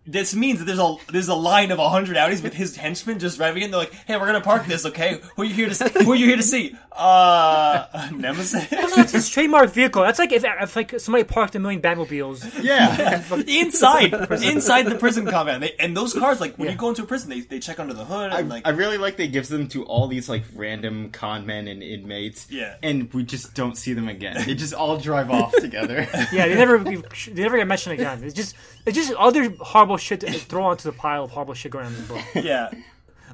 Speaker 4: this means that there's a there's a line of hundred Audis with his henchmen just driving in. They're like, "Hey, we're gonna park this, okay? Who are you here to see? Who are you here to see? Uh, Nemesis."
Speaker 1: that's his trademark vehicle. That's like if, if like somebody parked a million Batmobiles.
Speaker 5: yeah.
Speaker 4: Inside, inside the prison compound, they, and those cars, like when you go into a prison, they, they check under the hood.
Speaker 5: I,
Speaker 4: And, like,
Speaker 5: I really like they gives them to all these like random con men and inmates.
Speaker 4: Yeah.
Speaker 5: And we just don't see them again. They just all drive off together.
Speaker 1: Yeah, they never be- they never get mentioned again. It's just it's just other horrible shit to throw onto the pile of horrible shit going on in the book.
Speaker 4: yeah,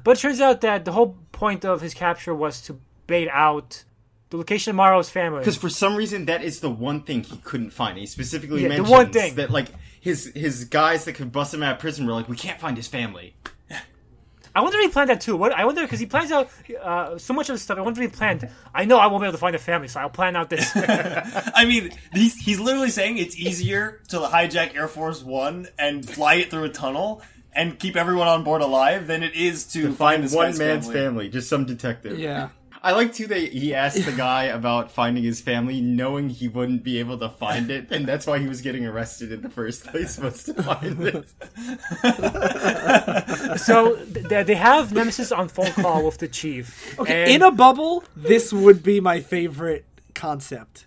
Speaker 1: But it turns out that the whole point of his capture was to bait out the location of Maro's family.
Speaker 5: Because for some reason, that is the one thing he couldn't find. He specifically
Speaker 1: Yeah, the
Speaker 5: mentions
Speaker 1: one thing.
Speaker 5: that like his his guys that could bust him out of prison were like, we can't find his family.
Speaker 1: I wonder if he planned that too. What I wonder because he plans out uh, so much of the stuff. I wonder if he planned. I know I won't be able to find a family, so I'll plan out this.
Speaker 4: I mean, he's, he's literally saying it's easier to hijack Air Force One and fly it through a tunnel and keep everyone on board alive than it is to, find this
Speaker 5: one
Speaker 4: guy's
Speaker 5: man's family. just some detective.
Speaker 3: Yeah.
Speaker 5: I like too that he asked the guy about finding his family, knowing he wouldn't be able to find it, and that's why he was getting arrested in the first place was to find it.
Speaker 1: so th- they have Nemesis on phone call with the chief.
Speaker 3: Okay,
Speaker 1: and-
Speaker 3: in a bubble, this would be my favorite concept.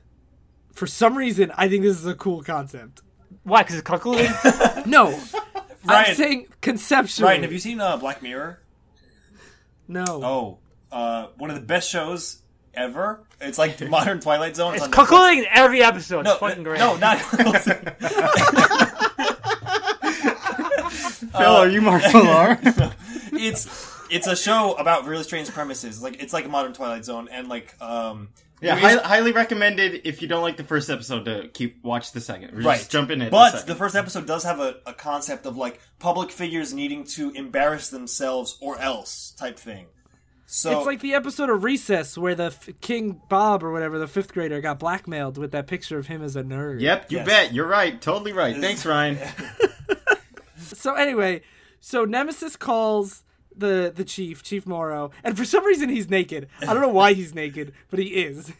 Speaker 3: For some reason, I think this is a cool concept.
Speaker 1: why? Because it's cuckolding.
Speaker 3: No, I'm
Speaker 4: Ryan,
Speaker 3: saying conceptually.
Speaker 4: Ryan, have you seen uh, Black Mirror?
Speaker 3: No.
Speaker 4: Oh, uh, one of the best shows ever. It's like the modern Twilight Zone.
Speaker 1: It's
Speaker 4: on Netflix.
Speaker 1: cuckolding in every episode.
Speaker 4: No,
Speaker 1: it's fucking great.
Speaker 4: no, not cuckolding.
Speaker 1: Uh,
Speaker 5: Phil, are you Mark Millar?
Speaker 4: it's it's a show about really strange premises. Like it's like a modern Twilight Zone, and like um,
Speaker 5: Yeah,
Speaker 4: there is-
Speaker 5: hi- highly recommended. If you don't like the first episode, to keep watch the second. Or
Speaker 4: right
Speaker 5: just jump in. At
Speaker 4: but
Speaker 5: the,
Speaker 4: the
Speaker 5: second.
Speaker 4: first episode does have a, a concept of like public figures needing to embarrass themselves or else type thing so
Speaker 3: It's like the episode of Recess where the f- King Bob or whatever, the fifth grader, got blackmailed with that picture of him as a nerd.
Speaker 5: yep, you
Speaker 4: Yes.
Speaker 5: bet. You're right. Totally right. Thanks, Ryan.
Speaker 3: So anyway, so Nemesis calls the the chief, Chief Morrow, and for some reason he's naked. I don't know why he's naked, but he is.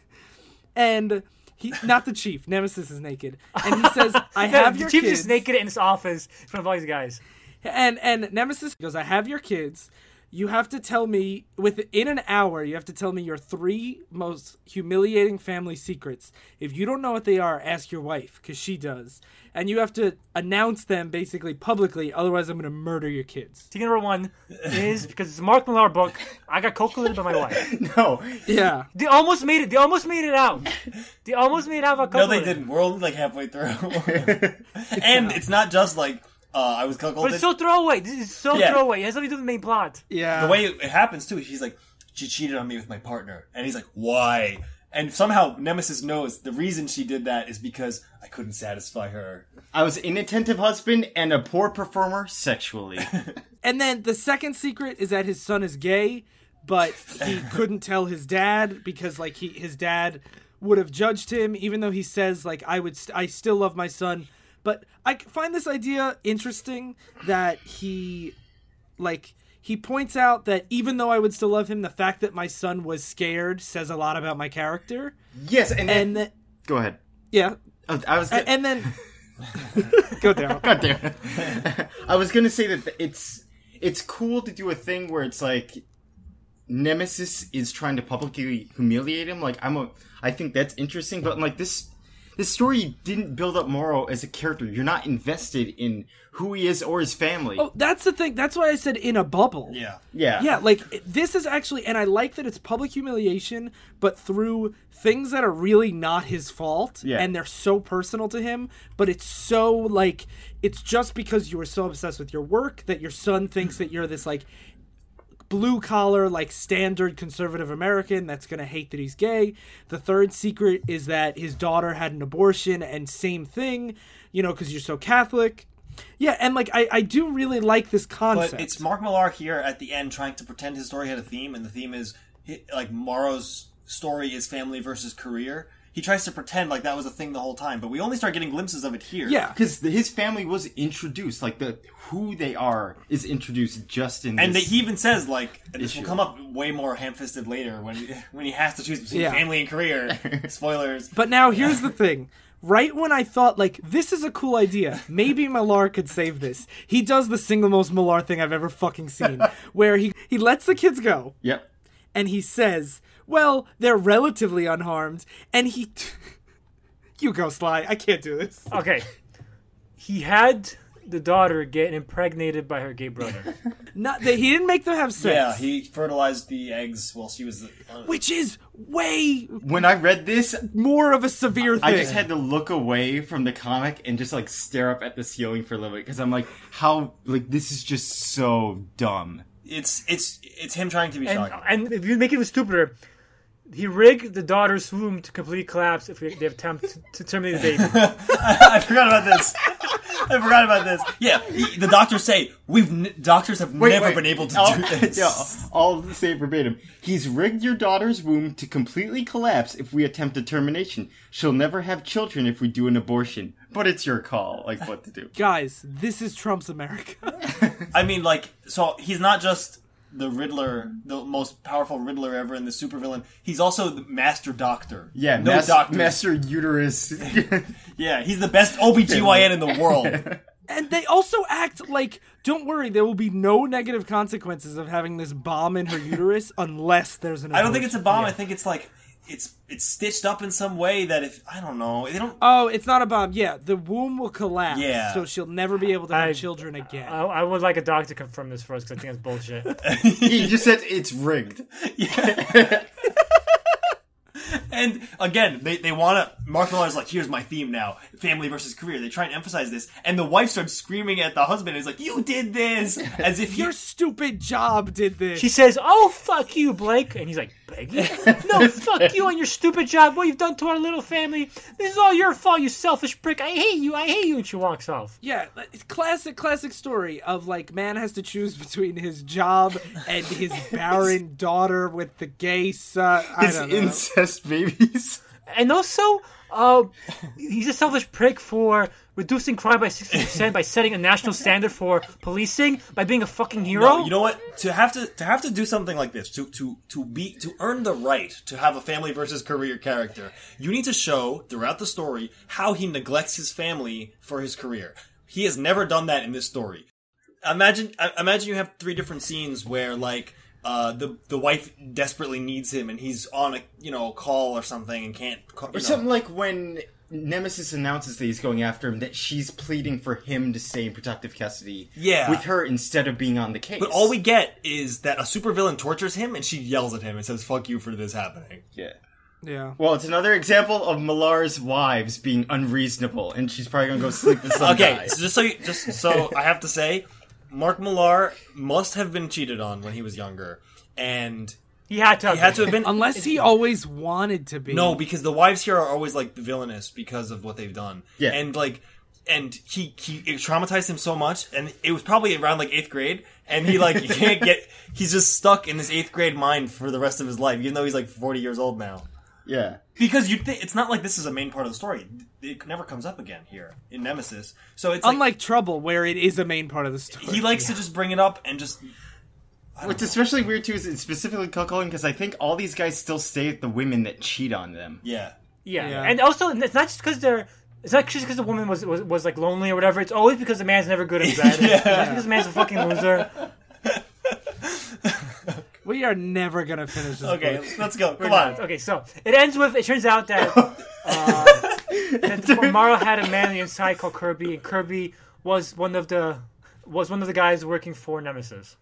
Speaker 3: And he not the chief, Nemesis is naked. And he says, I
Speaker 1: Yeah,
Speaker 3: have
Speaker 1: the
Speaker 3: your
Speaker 1: chief
Speaker 3: kids.
Speaker 1: just naked in his office in front of all these guys.
Speaker 3: And and Nemesis goes, I have your kids. You have to tell me within an hour. You have to tell me your three most humiliating family secrets. If you don't know what they are, ask your wife because she does. And you have to announce them basically publicly. Otherwise, I'm going to murder your kids.
Speaker 1: Secret number one is because it's a Mark Millar book. I got cockolored by my wife.
Speaker 5: no,
Speaker 3: Yeah.
Speaker 1: They almost made it. They almost made it out. They almost made it out. About
Speaker 4: no they
Speaker 1: cuckolding.
Speaker 4: didn't we're only like halfway through and it's not just like uh, i was
Speaker 1: But
Speaker 4: cuckolded
Speaker 1: it's so throwaway. This is so
Speaker 4: Yeah.
Speaker 1: throwaway. It has nothing to do with the main plot.
Speaker 3: Yeah.
Speaker 4: the way it happens too she's like she cheated on me with my partner and he's like why and somehow nemesis knows the reason she did that is because i couldn't satisfy her
Speaker 5: I was inattentive husband and a poor performer sexually.
Speaker 3: And then the second secret is that his son is gay, but he couldn't tell his dad because like he his dad would have judged him, even though he says like I would st- I still love my son. But I c- find this idea interesting that he like he points out that even though I would still love him, the fact that my son was scared says a lot about my character.
Speaker 5: yes, and, then
Speaker 3: And th-
Speaker 5: go ahead.
Speaker 3: yeah,
Speaker 5: I was- I was.
Speaker 3: A- and then go down.
Speaker 5: God damn it. I was gonna say that it's it's cool to do a thing where it's like Nemesis is trying to publicly humiliate him. Like I'm a, I think that's interesting, but like this, this story didn't build up Morrow as a character. You're not invested in who he is or his family.
Speaker 3: Oh, that's the thing. That's why I said in a bubble.
Speaker 4: Yeah.
Speaker 5: yeah,
Speaker 3: Yeah, like it- this is actually, and I like that it's public humiliation, but through things that are really not his fault,
Speaker 5: Yeah.
Speaker 3: and they're so personal to him. But it's so like it's just because you were so obsessed with your work that your son thinks that you're this like blue collar, like standard conservative American that's gonna hate that he's gay. The third secret is that his daughter had an abortion, and same thing, you know, because you're so Catholic. Yeah, and like I, I do really like this
Speaker 4: But
Speaker 3: concept.
Speaker 4: it's Mark Millar here at the end trying to pretend his story had a theme, and the theme is hi- like Morrow's story is family versus career. He tries to pretend like that was a thing the whole time, but we only start getting glimpses of it here.
Speaker 3: yeah,
Speaker 5: because his family was introduced. Like the who they are is introduced just in.
Speaker 4: And they,
Speaker 5: this.
Speaker 4: he even says like and this will
Speaker 5: Issue.
Speaker 4: come up way more ham-fisted later when when he has to choose between
Speaker 3: Yeah.
Speaker 4: family and career. Spoilers.
Speaker 3: But now here's the thing. Right when I thought like this is a cool idea, maybe Millar could save this. He does the single most Millar thing I've ever fucking seen, where he he lets the kids go
Speaker 5: Yep.
Speaker 3: and he says, "Well, they're relatively unharmed," and he. you go, Sly. I can't do this.
Speaker 1: Okay. He had the daughter get impregnated by her gay brother.
Speaker 3: Not that he didn't make them have sex.
Speaker 4: Yeah, he fertilized the eggs while she was. Uh,
Speaker 3: which is way
Speaker 5: When I read this,
Speaker 3: more of a severe thing.
Speaker 5: I just had to look away from the comic and just like stare up at the ceiling for a little bit because I'm like, how like this is just so dumb.
Speaker 4: it's it's it's him trying to be
Speaker 1: and,
Speaker 4: shocking.
Speaker 1: and if you make it even stupider, he rigged the daughter's womb to complete collapse if they attempt to terminate the baby.
Speaker 4: I forgot about this. I forgot about this. Yeah, he- the doctors say we've n- doctors have never been able to
Speaker 5: I'll,
Speaker 4: do this.
Speaker 5: Oh, Yeah, I'll say it verbatim. He's rigged your daughter's womb to completely collapse if we attempt a termination. She'll never have children if we do an abortion. But it's your call, like what to do.
Speaker 3: Guys, this is Trump's America.
Speaker 4: I mean, like, so he's not just the Riddler, the most powerful Riddler ever, and the supervillain. He's also the master doctor.
Speaker 5: Yeah,
Speaker 4: no
Speaker 5: mas-
Speaker 4: doctor.
Speaker 5: master uterus.
Speaker 4: Yeah, he's the best OBGYN in the world.
Speaker 3: and they also act like, don't worry, there will be no negative consequences of having this bomb in her uterus unless there's an.
Speaker 4: I don't think it's a bomb. I think it's like it's it's stitched up in some way that if I don't know, they don't.
Speaker 3: Oh, it's not a bomb. Yeah, the womb will collapse.
Speaker 4: Yeah.
Speaker 3: So she'll never be able to have
Speaker 1: I- uh,
Speaker 3: children again.
Speaker 1: I, I would like a doctor to confirm this for us because I think that's bullshit.
Speaker 5: he just said it's rigged.
Speaker 4: And again, they, they want to. Mark Millar's like, here's my theme now family versus career. They try and emphasize this. And the wife starts screaming at the husband. He's like, you did this! As if he,
Speaker 3: Your stupid job did this.
Speaker 1: She says, "Oh fuck you, Blake," and he's like, "Peggy, no fuck you and your stupid job. What you've done to our little family. This is all your fault, you selfish prick. I hate you. I hate you." And she walks off.
Speaker 3: Yeah, like, it's classic, classic story of like man has to choose between his job and his barren daughter with the gay son. I
Speaker 5: It's
Speaker 3: don't know.
Speaker 5: incest babies.
Speaker 1: And also, uh, he's a selfish prick for reducing crime by sixty percent by setting a national standard for policing by being a fucking hero.
Speaker 4: No, Oh, you know what? To have to to have to do something like this to to to be to earn the right to have a family versus career character, you need to show throughout the story how he neglects his family for his career. He has never done that in this story. Imagine I- imagine you have three different scenes where like uh, the the wife desperately needs him and he's on a you know call or something and can't call,
Speaker 5: Or something like when Nemesis announces that he's going after him, that she's pleading for him to stay in protective custody
Speaker 4: Yeah.
Speaker 5: with her instead of being on the case.
Speaker 4: But all we get is that a supervillain tortures him and she yells at him and says "fuck you" for this happening.
Speaker 5: Yeah.
Speaker 3: Yeah.
Speaker 5: Well, it's another example of Millar's wives being unreasonable, and she's probably gonna go sleep with some
Speaker 4: Okay,
Speaker 5: guy.
Speaker 4: so just so you, just so I have to say, Mark Millar must have been cheated on when he was younger, and
Speaker 1: he had to. Have
Speaker 4: he had to have been
Speaker 3: Unless he always wanted to be.
Speaker 4: no, because the wives here are always like villainous because of what they've done.
Speaker 5: Yeah.
Speaker 4: and like. And he, he it traumatized him so much, and it was probably around like eighth grade, and he like he can't get he's just stuck in this eighth grade mind for the rest of his life, even though he's like forty years old now.
Speaker 5: Yeah.
Speaker 4: Because you think it's not like this is a main part of the story; it never comes up again here in Nemesis. So it's like,
Speaker 3: Unlike Trouble, where it is a main part of the story.
Speaker 4: he likes to just bring it up and just
Speaker 5: What's especially weird too is it's specifically cuckolding because I think all these guys still stay with the women that cheat on them.
Speaker 4: yeah.
Speaker 1: Yeah.
Speaker 3: Yeah.
Speaker 1: and also it's not just because they're. It's not just because the woman was, was was like lonely or whatever. It's always because the man's never good at bed. It's always because the man's a fucking loser.
Speaker 3: we are never gonna finish this.
Speaker 4: Okay,
Speaker 3: book.
Speaker 4: let's go. Come on.
Speaker 1: Okay, so it ends with it turns out that uh, that Tomorrow had a man inside called Kirby, and Kirby was one of the was one of the guys working for Nemesis.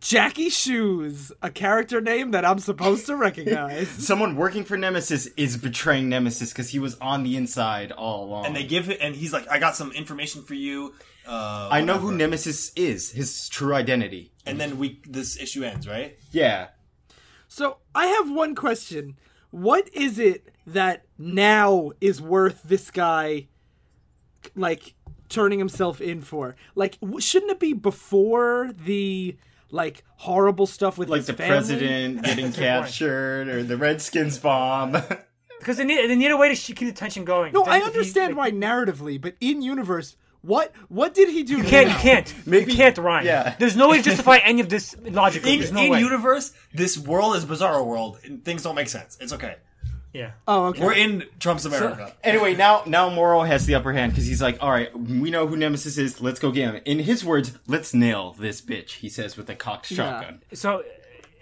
Speaker 3: Jackie Shoes, a character name that I'm supposed to recognize.
Speaker 5: Someone working for Nemesis is betraying Nemesis because he was on the inside all along.
Speaker 4: and they give it, and he's like, "I got some information for you." Uh,
Speaker 5: I know who
Speaker 4: whatever.
Speaker 5: Nemesis is, his true identity.
Speaker 4: And then we this issue ends, right?
Speaker 5: Yeah.
Speaker 3: so I have one question. What is it that now is worth this guy, like, turning himself in for? Like, w- shouldn't it be before the, like, horrible stuff with
Speaker 5: Like
Speaker 3: his
Speaker 5: the
Speaker 3: family?
Speaker 5: president getting captured or the Redskins bomb.
Speaker 1: Because they need, they need a way to sh- keep the tension going.
Speaker 3: No,
Speaker 1: Then
Speaker 3: I
Speaker 1: if you-
Speaker 3: understand
Speaker 1: like,
Speaker 3: why narratively, but in universe, what what did he do?
Speaker 1: You can't, you can't,
Speaker 5: Maybe-
Speaker 1: you can't rhyme.
Speaker 5: yeah.
Speaker 1: There's no way to justify any of this logically. There's
Speaker 4: In,
Speaker 1: no
Speaker 4: in
Speaker 1: way.
Speaker 4: universe, this world is bizarro world, and things don't make sense. It's okay.
Speaker 1: yeah.
Speaker 3: Oh, okay.
Speaker 4: We're in Trump's America.
Speaker 5: anyway, now now Moro has the upper hand because he's like, all right, we know who Nemesis is. Let's go get him. In his words, let's nail this bitch. He says with a cocked shotgun.
Speaker 1: So,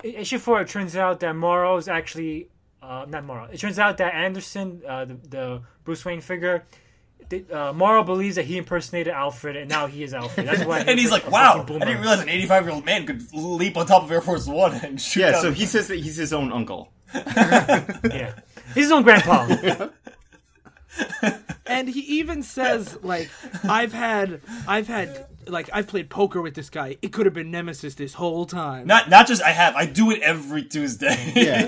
Speaker 1: i- issue four, it turns out that Morrow is actually uh, not Morrow. It turns out that Anderson, uh, the, the Bruce Wayne figure, the, uh, Morrow believes that he impersonated Alfred, and now he is Alfred. That's why.
Speaker 4: and he's
Speaker 1: a
Speaker 4: like,
Speaker 1: fucking
Speaker 4: "Wow, I
Speaker 1: boomer."
Speaker 4: didn't realize an 85 year old man could leap on top of Air Force One and shoot."
Speaker 5: Yeah.
Speaker 4: down-
Speaker 5: So he says that he's his own uncle.
Speaker 1: Yeah, he's his own grandpa.
Speaker 3: and he even says like I've had I've had like I've played poker with this guy. It could have been Nemesis this whole time.
Speaker 4: not not just I have. I do it every Tuesday.
Speaker 5: Yeah.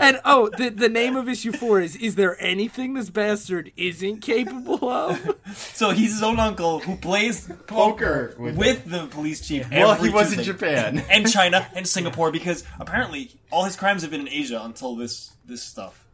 Speaker 3: And oh, the the name of issue 4 is is there anything this bastard isn't capable of?
Speaker 4: so he's his own uncle who plays
Speaker 5: Poker with-
Speaker 4: with the police chief.
Speaker 5: well,
Speaker 4: every
Speaker 5: he was in
Speaker 4: Tuesday.
Speaker 5: Japan.
Speaker 4: and China and Singapore because apparently all his crimes have been in Asia until this this stuff.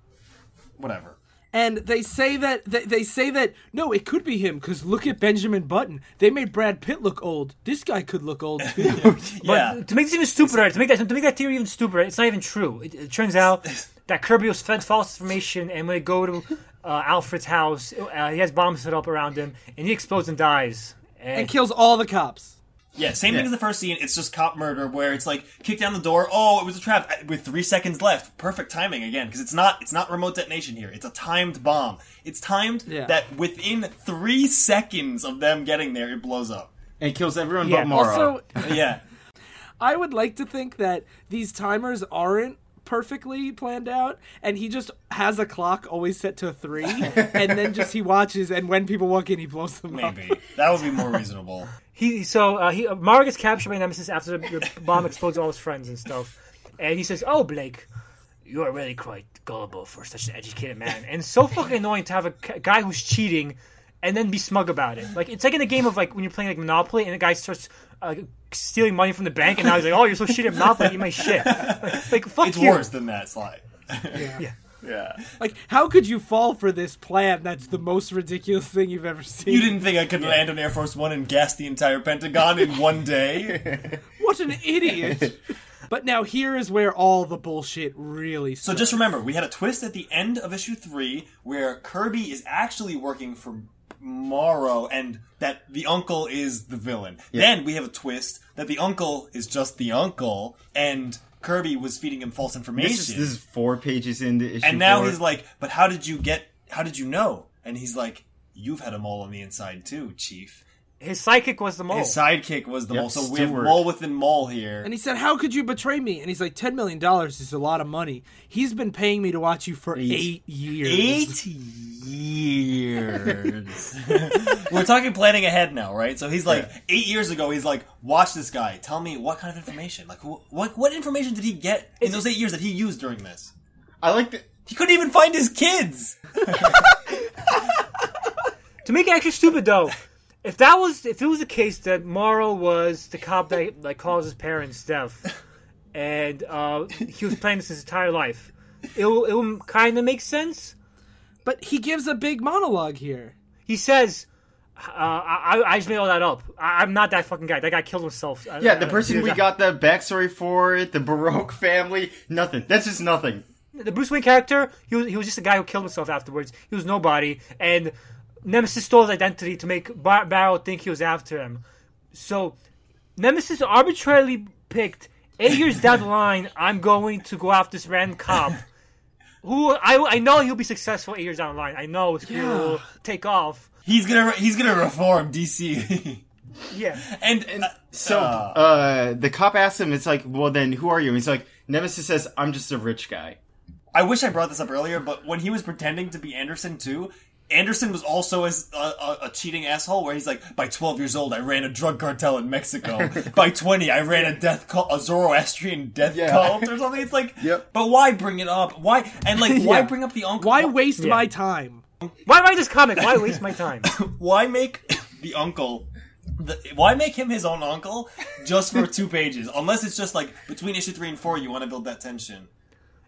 Speaker 4: Whatever.
Speaker 3: And they say that they, they say that no, it could be him cuz look at Benjamin Button. They made Brad Pitt look old. This guy could look old too.
Speaker 4: yeah.
Speaker 1: to make this even stupider, to make that to make that theory even stupider, it's not even true. It, it turns out that Kirby was fed false information, and when they go to uh, Alfred's house, uh, he has bombs set up around him, and he explodes and dies.
Speaker 3: and kills all the cops.
Speaker 4: Yeah, same thing as the first scene. It's just cop murder where it's like kick down the door. Oh, it was a trap I- with three seconds left. Perfect timing again because it's not it's not remote detonation here. It's a timed bomb. It's timed
Speaker 3: Yeah.
Speaker 4: that within three seconds of them getting there, it blows up.
Speaker 5: and kills everyone
Speaker 1: Yeah.
Speaker 5: but Moro.
Speaker 3: Also,
Speaker 4: Yeah,
Speaker 3: I would like to think that these timers aren't perfectly planned out and he just has a clock always set to three and then just he watches and when people walk in he blows them up
Speaker 4: maybe that would be more reasonable.
Speaker 1: He so uh, he uh, Mara gets captured by Nemesis after the, the bomb explodes all his friends and stuff, and he says, "Oh, Blake, you are really quite gullible for such an educated man, and so fucking annoying to have a c- guy who's cheating." And then be smug about it. Like it's like in a game of like when you're playing like Monopoly and the guy starts uh, stealing money from the bank, and now he's like, "Oh, you're so shitty at Monopoly, eat my shit." Like, like fuck
Speaker 4: It's
Speaker 1: you.
Speaker 4: worse than that slide.
Speaker 5: yeah.
Speaker 3: like how could you fall for this plan that's the most ridiculous thing you've ever seen
Speaker 4: You didn't think I could land on Air Force One and gas the entire Pentagon in one day?
Speaker 3: what an idiot but now here is where all the bullshit really
Speaker 4: So
Speaker 3: starts.
Speaker 4: just remember, we had a twist at the end of issue three where Kirby is actually working for Morrow and that the uncle is the villain. Then we have a twist that the uncle is just the uncle and Kirby was feeding him false information.
Speaker 5: This is, this is four pages into issue.
Speaker 4: and now
Speaker 5: four.
Speaker 4: he's like, but how did you get, how did you know? And he's like, you've had a mole on the inside too, chief.
Speaker 1: His psychic was the mole.
Speaker 4: His sidekick was the
Speaker 5: Yep,
Speaker 4: mole. So we have
Speaker 5: Stewart.
Speaker 4: mole within mole here.
Speaker 3: and he said how could you betray me and he's like 10 million dollars is a lot of money he's been paying me to watch you for 8 years
Speaker 4: Eight years. We're talking planning ahead now, right? So he's like, eight years ago, he's like, watch this guy. Tell me what kind of information. Like, wh- what what information did he get in those eight years that he used during this?
Speaker 5: I like the.
Speaker 4: He couldn't even find his kids.
Speaker 1: To make it actually stupid though, if that was if it was the case that Morrow was the cop that like caused his parents' death, and uh, he was planning this his entire life, it will it will kind of make sense.
Speaker 3: but he gives a big monologue here
Speaker 1: He says. Uh, I, I just made all that up. I, I'm not that fucking guy. That guy killed himself. I-
Speaker 5: Yeah, the
Speaker 1: I-
Speaker 5: person we got the backstory for it, the Baroque family, nothing. That's just nothing.
Speaker 1: the Bruce Wayne character. He was he was just a guy who killed himself afterwards. He was nobody, and Nemesis stole his identity to make Bar- Barrow think he was after him. So Nemesis arbitrarily picked eight years down the line. I'm going to go after this random cop who I, I know he'll be successful eight years down the line. I know his career
Speaker 3: Yeah.
Speaker 1: will take off.
Speaker 4: He's gonna he's gonna reform DC.
Speaker 1: Yeah,
Speaker 4: and uh,
Speaker 5: So uh, the cop asks him, "It's like, well, then who are you?" And he's like, "Nemesis says I'm just a rich guy."
Speaker 4: I wish I brought this up earlier, but when he was pretending to be Anderson too, Anderson was also as a, a, a cheating asshole where he's like, by 12 years old, I ran a drug cartel in Mexico. by 20, I ran a death cult, a Zoroastrian death
Speaker 5: Yeah.
Speaker 4: cult or something. It's like,
Speaker 5: Yep.
Speaker 4: but why bring it up? Why and like why
Speaker 3: Yeah.
Speaker 4: bring up the uncle?
Speaker 3: Why waste my time?
Speaker 1: why write this comic? Why waste my time?
Speaker 4: why make the uncle the, why make him his own uncle just for two pages unless it's just like between issue three and four you want to build that tension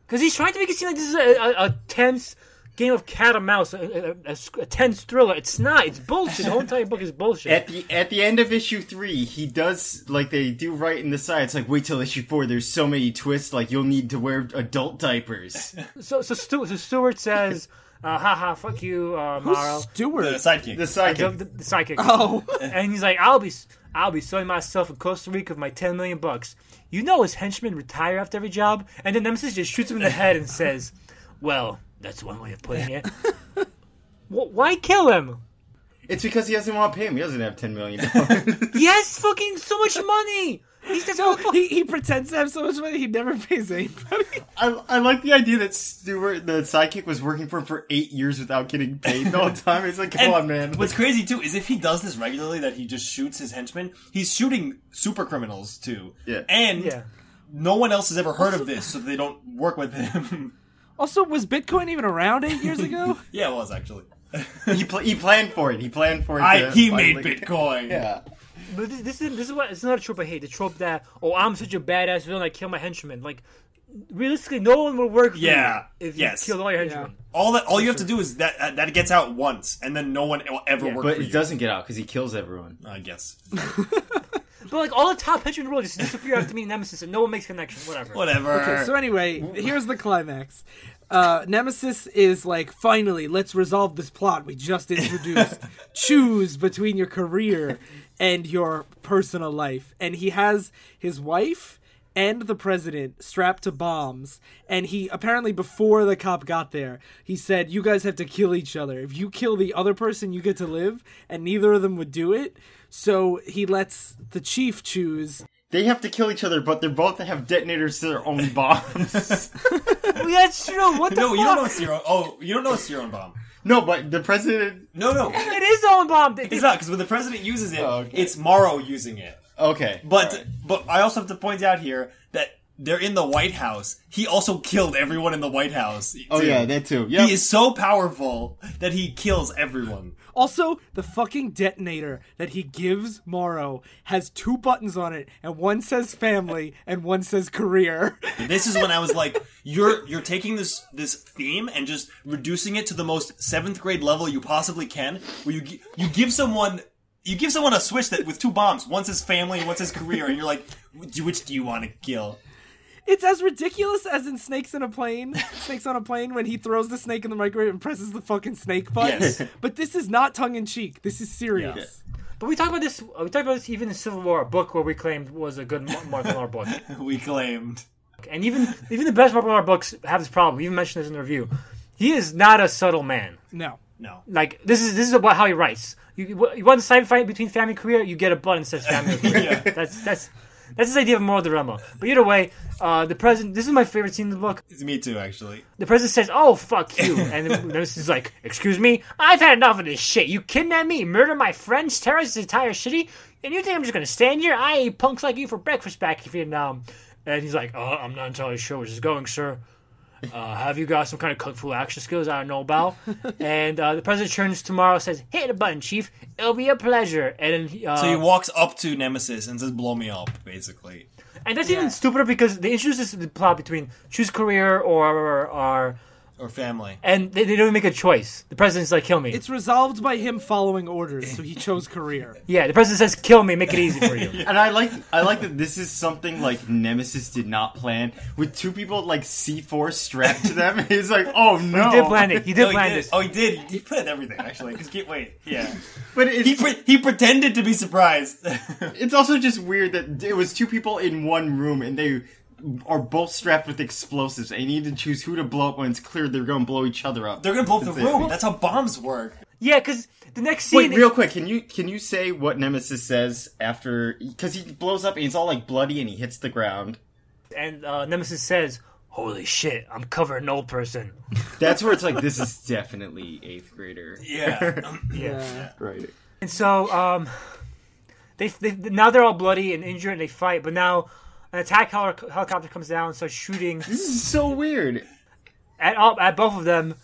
Speaker 1: Because he's trying to make it seem like this is a, a, a tense game of cat and mouse, a, a- a- a tense thriller. It's not. It's bullshit. The whole entire book is bullshit.
Speaker 5: At the at the end of issue three, he does like they do right in the side. It's like wait till issue four. There's so many twists. Like you'll need to wear adult diapers.
Speaker 1: So so, Stu- so Stewart says, uh, "Haha, fuck you, uh, Morrow."
Speaker 4: the
Speaker 3: Stewart.
Speaker 4: sidekick
Speaker 5: The
Speaker 1: The,
Speaker 5: sidekick.
Speaker 1: the, the psychic.
Speaker 3: Oh,
Speaker 1: And he's like, "I'll be I'll be selling myself in Costa Rica for my ten million bucks." You know, his henchmen retire after every job, and then Nemesis just shoots him in the head and says, "Well, that's one way of putting it." Wh- Why kill him?
Speaker 5: It's because he doesn't want to pay him. He doesn't have ten million dollars.
Speaker 1: He has fucking so much money. He's just
Speaker 3: no, he, he pretends to have so much money he never pays anybody.
Speaker 5: I, I like the idea that Stewart, the sidekick, was working for him for eight years without getting paid the whole time. It's like, come
Speaker 4: And
Speaker 5: on, man.
Speaker 4: What's crazy too is if he does this regularly, that he just shoots his henchmen. He's shooting super criminals too.
Speaker 5: Yeah.
Speaker 4: and
Speaker 1: yeah.
Speaker 4: no one else has ever heard of this, so they don't work with him.
Speaker 3: Also, was Bitcoin even around eight years ago?
Speaker 4: yeah, it was actually.
Speaker 5: He, pl- he planned for it. He planned for it.
Speaker 4: I
Speaker 5: to
Speaker 4: he made
Speaker 5: finally-
Speaker 4: Bitcoin.
Speaker 5: Yeah.
Speaker 1: But this, this is this is what it's not a trope I hate. The trope that oh I'm such a badass villain I kill my henchmen. Like realistically, no one will work. For you
Speaker 4: Yeah.
Speaker 1: if you
Speaker 4: Yes.
Speaker 1: killed all your henchmen.
Speaker 4: All that all you have to do is that uh, that- that gets out once, and then no one will ever
Speaker 1: Yeah.
Speaker 4: work
Speaker 5: But
Speaker 4: for
Speaker 5: it
Speaker 4: you.
Speaker 5: doesn't get out because he kills everyone.
Speaker 4: I guess
Speaker 1: But like all the top henchmen in the world just disappear after meeting Nemesis, and no one makes connection. Whatever.
Speaker 4: whatever.
Speaker 3: Okay, so anyway, here's the climax. Uh, Nemesis is like, finally, let's resolve this plot we just introduced. Choose between your career and your personal life. And he has his wife and the president strapped to bombs. And he apparently, before the cop got there, he said, You guys have to kill each other. If you kill the other person, you get to live. And neither of them would do it. So he lets the chief choose
Speaker 5: They have to kill each other, but they're both have detonators to their own bombs.
Speaker 1: Oh, yeah, that's true. What the
Speaker 4: No,
Speaker 1: fuck?
Speaker 4: you don't know it's your own. Oh, you don't know it's your own bomb.
Speaker 5: no, but the president.
Speaker 4: No, no,
Speaker 1: It is own bomb. They-
Speaker 4: it's not because when the president uses it,
Speaker 5: Oh, okay.
Speaker 4: it's Morrow using it.
Speaker 5: Okay.
Speaker 4: But
Speaker 5: all right.
Speaker 4: but I also have to point out here that they're in the White House. He also killed everyone in the White House.
Speaker 5: Oh,
Speaker 4: too.
Speaker 5: yeah, that too. Yeah.
Speaker 4: He is so powerful that he kills everyone.
Speaker 3: Also, the fucking detonator that he gives Morrow has two buttons on it, and one says family and one says career.
Speaker 4: This is when I was like, "You're you're taking this this theme and just reducing it to the most seventh grade level you possibly can, where you gi- you give someone." You give someone a switch that with two bombs, one's his family and one's his career, and you're like, "Which- which do you want to kill?
Speaker 3: It's as ridiculous as in Snakes in a Plane, Snakes on a Plane, when he throws the snake in the microwave and presses the fucking snake button.
Speaker 4: Yes.
Speaker 3: But this is not tongue in cheek. This is serious.
Speaker 1: But we talked about this. uh, We talked about this even in Civil War, a book where we claimed was a good Mar- Marvel War book.
Speaker 4: We claimed.
Speaker 1: And even even the best Marvel War books have this problem. We even mentioned this in the review. He is not a subtle man.
Speaker 3: No.
Speaker 4: No.
Speaker 1: like this is this is about how he writes. You, you want a side fight between family and career, you get a button that says family. and career. That's that's that's his idea of moral dilemma. But either way, uh, the president. This is my favorite scene in the book.
Speaker 4: It's me too, actually.
Speaker 1: The president says, "Oh fuck you," and then Nemesis is like, "Excuse me, I've had enough of this shit. You kidnap me, murder my friends, terrorize the entire city, and you think I'm just gonna stand here? I ate punks like you for breakfast back in Vietnam." And he's like, "Uh, I'm not entirely sure where this is going, sir." uh, have you got some kind of kung fu action skills I don't know about? and uh, the president turns tomorrow and says, hit the button, chief. It'll be a pleasure. And then, uh,
Speaker 4: So
Speaker 5: Um,
Speaker 4: he walks up to Nemesis and says, "Blow me up," basically.
Speaker 1: and that's even stupider because they introduce this to the plot between choose career or or, or
Speaker 4: or family.
Speaker 1: and they, they don't even make a choice. The president's like, kill me.
Speaker 3: It's resolved by him following orders, so he chose career.
Speaker 1: yeah, the president says, kill me, make it easy for you.
Speaker 5: And I like I like that this is something like Nemesis did not plan with two people like C four strapped to them. He's like, oh no,
Speaker 1: He did plan it. He did
Speaker 4: oh, he
Speaker 1: plan
Speaker 4: did.
Speaker 1: this.
Speaker 4: Oh, he did. He planned everything actually. Because get wait, yeah.
Speaker 5: But it's,
Speaker 4: He pre- he pretended to be surprised.
Speaker 5: it's also just weird that it was two people in one room and they are both strapped with explosives. They need to choose who to blow up when it's clear they're going to blow each other up.
Speaker 4: They're gonna blow up the
Speaker 5: That's it.
Speaker 4: room. That's how bombs work.
Speaker 1: Yeah, because the next scene.
Speaker 5: Wait, real quick, can you can you say what Nemesis says after? Because he blows up and he's all like bloody and he hits the ground.
Speaker 1: and uh, Nemesis says, "Holy shit, I'm covering an old person."
Speaker 5: That's where it's like this is definitely eighth grader.
Speaker 4: Yeah.
Speaker 1: Yeah.
Speaker 5: Right.
Speaker 1: And so um, they, they now they're all bloody and injured, and they fight. But now an attack hel- helicopter comes down and starts shooting
Speaker 5: This is so weird.
Speaker 1: at all oh, at both of them.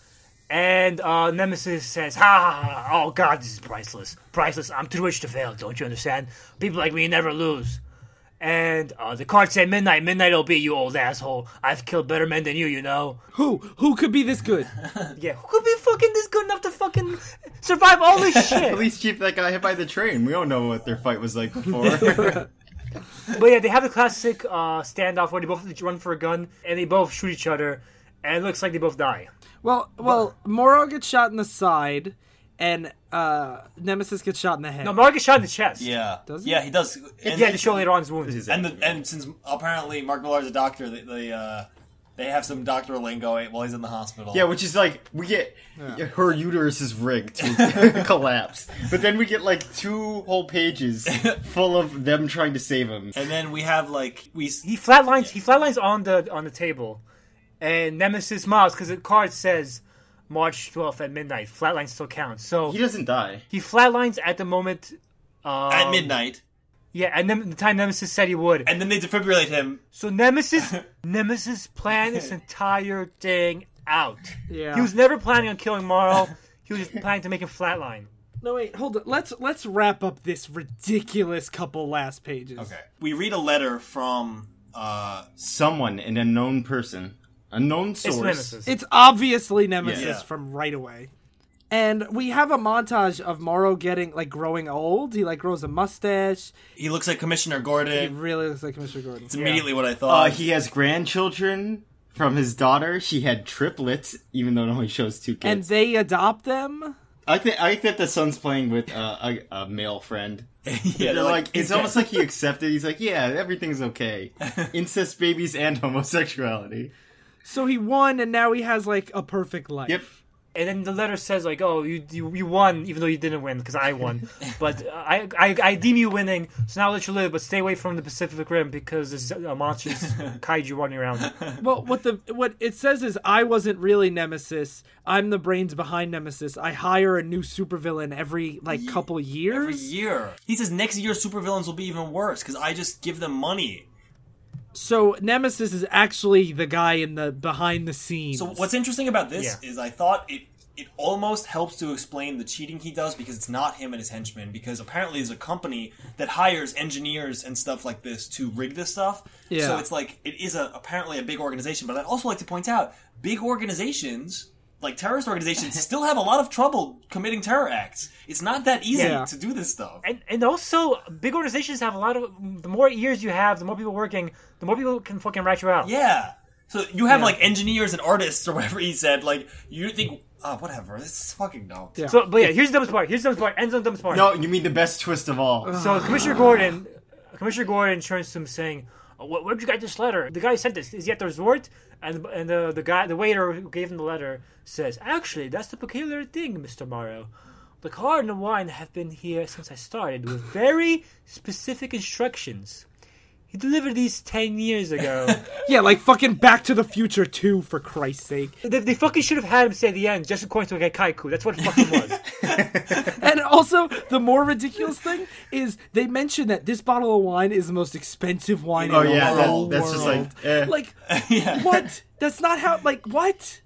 Speaker 1: And uh, Nemesis says, ha, ha, ha, ha, oh god, this is priceless. Priceless, I'm too rich to fail, don't you understand? People like me never lose. And uh, the card said midnight, midnight will be, you old asshole. I've killed better men than you, you know?
Speaker 3: Who who could be this good?
Speaker 1: Yeah, who could be fucking this good enough to fucking survive all this shit?
Speaker 5: At least keep that guy hit by the train. We don't know what their fight was like before.
Speaker 1: But yeah, they have the classic uh, standoff where they both run for a gun and they both shoot each other, and it looks like they both die.
Speaker 3: Well, well, Morog gets shot in the side, and uh, Nemesis gets shot in the head.
Speaker 1: No, Mark gets shot in the chest.
Speaker 4: Yeah.
Speaker 3: Does he?
Speaker 4: yeah, he does. And,
Speaker 1: yeah. They show later on his wounds.
Speaker 4: and, the, and since apparently Mark Millar's a doctor, they, they uh they have some doctor lingo while he's in the hospital.
Speaker 5: Yeah, which is like we get her uterus is rigged to collapse, but then we get like two whole pages full of them trying to save him.
Speaker 4: And then we have like we s-
Speaker 1: He flatlines. He flatlines on the on the table, and Nemesis miles because the card says March twelfth at midnight. Flatline still counts. So
Speaker 5: He
Speaker 1: he,
Speaker 5: doesn't die.
Speaker 1: flatlines at the moment. Um,
Speaker 4: at midnight,
Speaker 1: Yeah, and then the time Nemesis said he would.
Speaker 4: and then they defibrillate him.
Speaker 1: So Nemesis, Nemesis planned this entire thing out.
Speaker 3: Yeah.
Speaker 1: He was never planning on killing Marl. He was just planning to make him flatline.
Speaker 3: No, wait, hold on. Let's let's wrap up this ridiculous couple last pages.
Speaker 4: Okay. We read a letter from uh
Speaker 5: Someone, an unknown person, unknown
Speaker 1: It's
Speaker 5: source.
Speaker 1: Nemesis.
Speaker 3: It's obviously Nemesis
Speaker 4: Yeah.
Speaker 3: from right away. And we have a montage of Morrow getting like growing old. He like grows a mustache.
Speaker 4: he looks like Commissioner
Speaker 3: He
Speaker 4: Gordon.
Speaker 3: really looks like Commissioner Gordon.
Speaker 4: It's immediately what I
Speaker 5: Uh,
Speaker 4: thought.
Speaker 5: he has grandchildren from his daughter. She had triplets, even though it only shows two
Speaker 3: And
Speaker 5: kids.
Speaker 3: they adopt them.
Speaker 5: I think I think the son's playing with uh, a, a male friend.
Speaker 4: yeah,
Speaker 5: They're like, it's
Speaker 4: he's
Speaker 5: almost
Speaker 4: dead.
Speaker 5: like he accepted. He's like, yeah, everything's okay. Incest babies and homosexuality.
Speaker 3: So he won, and now he has like a perfect life.
Speaker 5: Yep.
Speaker 1: and then the letter says like, "Oh, you you, you won, even though you didn't win because I won. but uh, I, I I deem you winning, so now I'll let you live. But stay away from the Pacific Rim because there's uh, monsters, kaiju running around.
Speaker 3: Well, what the what it says is I wasn't really Nemesis. I'm the brains behind Nemesis. I hire a new supervillain every like couple years.
Speaker 4: every year. He says next year supervillains will be even worse because I just give them money.
Speaker 3: So Nemesis is actually the guy in the behind the scenes.
Speaker 4: So what's interesting about this
Speaker 1: Yeah.
Speaker 4: is I thought it it almost helps to explain the cheating he does because it's not him and his henchmen because apparently there's a company that hires engineers and stuff like this to rig this stuff.
Speaker 3: Yeah.
Speaker 4: So it's like it is a apparently a big organization, but I'd also like to point out big organizations like terrorist organizations still have a lot of trouble committing terror acts. It's not that easy
Speaker 3: Yeah.
Speaker 4: to do this stuff.
Speaker 1: and and also big organizations have a lot of the more ears you have, the more people working, the more people can fucking rat you out.
Speaker 4: Yeah. So you have like engineers and artists or whatever he said. Like you think, oh, whatever. This is fucking dumb.
Speaker 3: Yeah.
Speaker 1: So, but yeah, here's the dumbest part. Here's the dumbest part. Ends on the dumbest part.
Speaker 5: No, you mean the best twist of all.
Speaker 1: So Commissioner Gordon, Commissioner Gordon turns to him saying, "Oh, "Where where'd you get this letter? The guy who sent this. Is he at the resort?" And and the the guy, the waiter who gave him the letter says, "Actually, that's the peculiar thing, Mister Morrow. The card and the wine have been here since I started with very specific instructions. He delivered these ten years ago.
Speaker 3: yeah, like fucking Back to the Future 2 for Christ's sake.
Speaker 1: they, they fucking should have had him say the end, just according to a kaiku. That's what it fucking was.
Speaker 3: And also, the more ridiculous thing is they mention that this bottle of wine is the most expensive wine
Speaker 5: Oh
Speaker 3: in the
Speaker 5: yeah, that,
Speaker 3: whole
Speaker 5: that's just like,
Speaker 3: world.
Speaker 5: eh.
Speaker 3: like what? That's not how like what?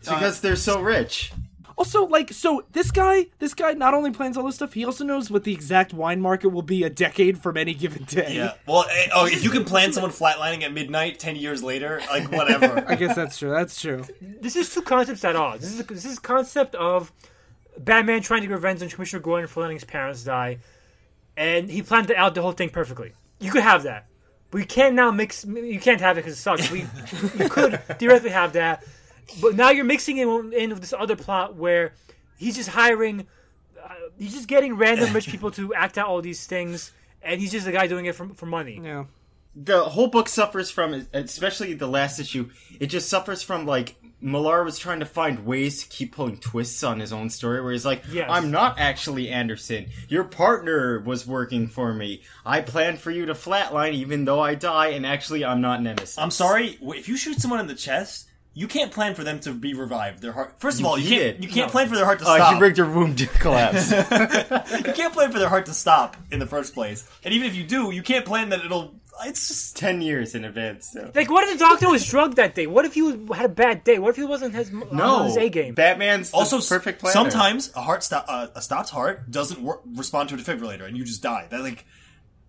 Speaker 5: It's because they're so rich.
Speaker 3: Also, like, so this guy, this guy not only plans all this stuff, he also knows what the exact wine market will be a decade from any given day.
Speaker 4: Yeah. Well, eh, oh, if you can plan someone flatlining at midnight ten years later, like
Speaker 3: I
Speaker 4: whatever.
Speaker 3: guess that's true. That's true.
Speaker 1: this is two concepts at odds. This is this is concept of Batman trying to get revenge on Commissioner Gordon for letting his parents die, and he planned out the whole thing perfectly. You could have that, but you can't now mix. You can't have it because it sucks. We you could theoretically have that, but now you're mixing it in with this other plot where he's just hiring, uh, he's just getting random rich people to act out all these things, and he's just the guy doing it for for money.
Speaker 3: Yeah.
Speaker 5: the whole book suffers from, especially the last issue. It just suffers from like Millar was trying to find ways to keep pulling twists on his own story, where he's like,
Speaker 1: Yes.
Speaker 5: "I'm not actually Anderson. Your partner was working for me. I planned for you to flatline, even though I die, and actually I'm not Nemesis."
Speaker 4: I'm sorry. w- If you shoot someone in the chest, you can't plan for them to be revived. Their heart. First of all, you
Speaker 5: did.
Speaker 4: can't. You can't plan for their heart to
Speaker 5: Uh,
Speaker 4: stop.
Speaker 5: you rigged your womb to collapse.
Speaker 4: you can't plan for their heart to stop in the first place. And even if you do, you can't plan that it'll. It's just.
Speaker 5: Ten years in advance. So.
Speaker 1: Like, what if the doctor was drugged that day? What if he was, had a bad day? What if he wasn't his
Speaker 5: No,
Speaker 1: his A game?
Speaker 5: Batman's the
Speaker 4: Also, s-
Speaker 5: perfect planner.
Speaker 4: sometimes a heart stop, uh, a stopped heart doesn't wor- respond to a defibrillator, and you just die. That like,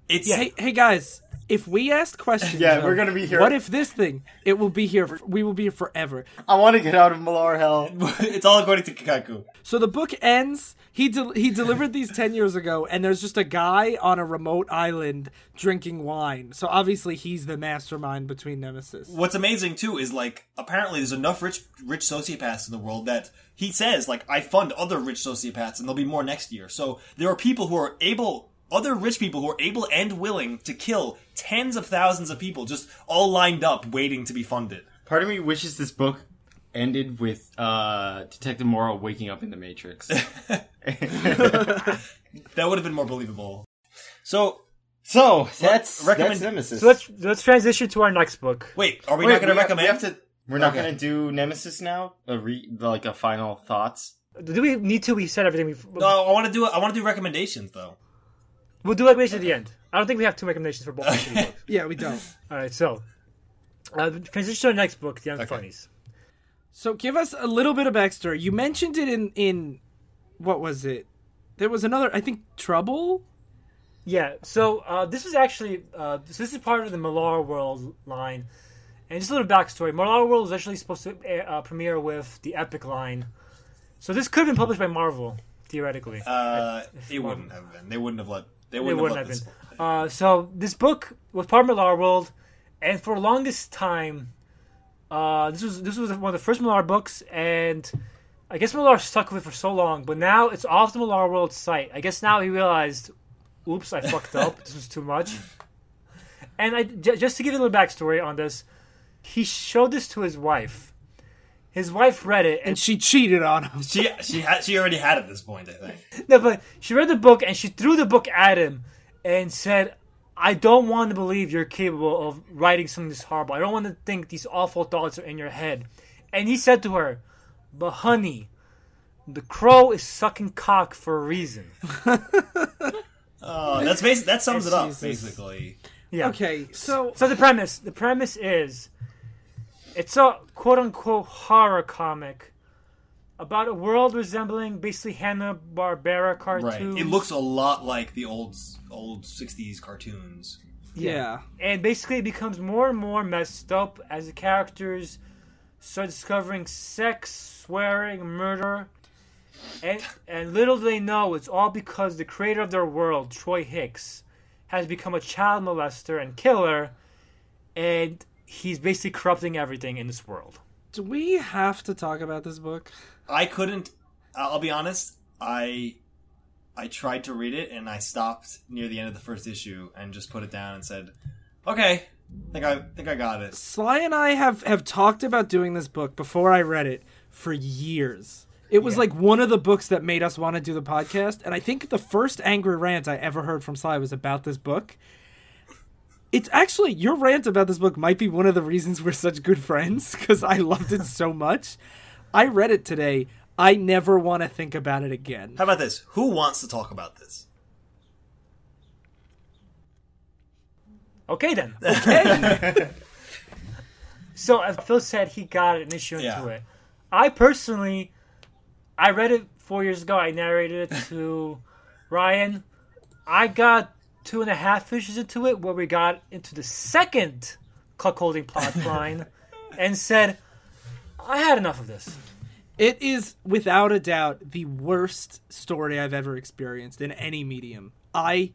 Speaker 4: it's
Speaker 3: Hey, hey guys, if we asked questions,
Speaker 5: Yeah,
Speaker 3: though,
Speaker 5: we're gonna be here.
Speaker 3: What if this thing? It will be here. f- We will be here forever.
Speaker 5: I want to get out of Malar hell.
Speaker 4: it's all according to Kikaku.
Speaker 3: So the book ends. He del he delivered these ten years ago, and there's just a guy on a remote island drinking wine. So obviously he's the mastermind between Nemesis.
Speaker 4: What's amazing too is like apparently there's enough rich rich sociopaths in the world that he says like I fund other rich sociopaths and there'll be more next year. So there are people who are able other rich people who are able and willing to kill tens of thousands of people just all lined up waiting to be funded.
Speaker 5: Part of me wishes this book ended with uh, Detective Morrow waking up in the Matrix.
Speaker 4: That would have been more believable. So
Speaker 5: so that's
Speaker 4: recommend-
Speaker 5: that's Nemesis.
Speaker 1: So let's let's transition to our next book.
Speaker 4: wait, are we
Speaker 5: Wait,
Speaker 4: not going
Speaker 5: we
Speaker 4: to
Speaker 5: have-
Speaker 4: recommend?
Speaker 5: We have to. We're not
Speaker 4: Okay.
Speaker 5: going to do Nemesis now. A re, like a final thoughts.
Speaker 1: Do we need to? We said everything. We've,
Speaker 4: no, Uh, I want to do I want to do recommendations though.
Speaker 1: We'll do recommendations at the end. I don't think we have two recommendations for both of these books.
Speaker 3: Yeah, we don't.
Speaker 1: All right, so uh, transition to our next book, The Unfunnies.
Speaker 3: So give us a little bit of backstory. You mentioned it in in what was it? There was another. I think Trouble.
Speaker 1: Yeah, so uh, this is actually uh, so this is part of the Malar World line, and just a little backstory. Malar World was actually supposed to air, uh, premiere with the Epic line, so this could have been published by Marvel theoretically.
Speaker 4: Uh, it wouldn't have been. They wouldn't have let. They
Speaker 1: it
Speaker 4: wouldn't,
Speaker 1: wouldn't
Speaker 4: have
Speaker 1: have
Speaker 4: let
Speaker 1: been.
Speaker 4: this.
Speaker 1: Uh, so this book was part of Millar World, and for the longest time, uh, this was this was one of the first Millar books, and I guess Millar stuck with it for so long, but now it's off the Millar World site. I guess now he realized, oops, I fucked up. This was too much. And I j- just to give you a little backstory on this, he showed this to his wife. His wife read it, and
Speaker 3: And she cheated on him.
Speaker 4: She she had she already had at this point. I think.
Speaker 1: No, but she read the book and she threw the book at him and said, I don't want to believe you're capable of writing something this horrible. I don't want to think these awful thoughts are in your head. And he said to her, But honey, the crow is sucking cock for a reason.
Speaker 4: Oh, that's basi- that sums it up
Speaker 3: Jesus.
Speaker 4: basically.
Speaker 1: Yeah.
Speaker 3: Okay, so
Speaker 1: So the premise the premise is it's a quote unquote horror comic about a world resembling basically Hanna Barbera
Speaker 4: Right.
Speaker 1: cartoons.
Speaker 4: It looks a lot like the old old '60s cartoons.
Speaker 3: yeah.
Speaker 1: and basically it becomes more and more messed up as the characters start discovering sex, swearing, murder, and and little do they know it's all because the creator of their world, Troy Hicks, has become a child molester and killer, and he's basically corrupting everything in this world.
Speaker 3: Do we have to talk about this book?
Speaker 4: I couldn't. I'll be honest. I I tried to read it and I stopped near the end of the first issue and just put it down and said, "Okay, think I think I got it."
Speaker 3: Sly and I have have talked about doing this book before I read it for years. It was like one of the books that made us want to do the podcast, and I think the first angry rant I ever heard from Sly was about this book. It's actually your rant about this book might be one of the reasons we're such good friends because I loved it so much. I read it today. I never want to think about it again.
Speaker 4: How about this? Who wants to talk about this?
Speaker 1: Okay then. so as Phil said he got an issue into
Speaker 4: Yeah.
Speaker 1: it. I personally, I read it four years ago. I narrated it to Ryan. I got two and a half issues into it, where we got into the second cuckolding plot line, and said, "I had enough of this."
Speaker 3: It is without a doubt the worst story I've ever experienced in any medium. I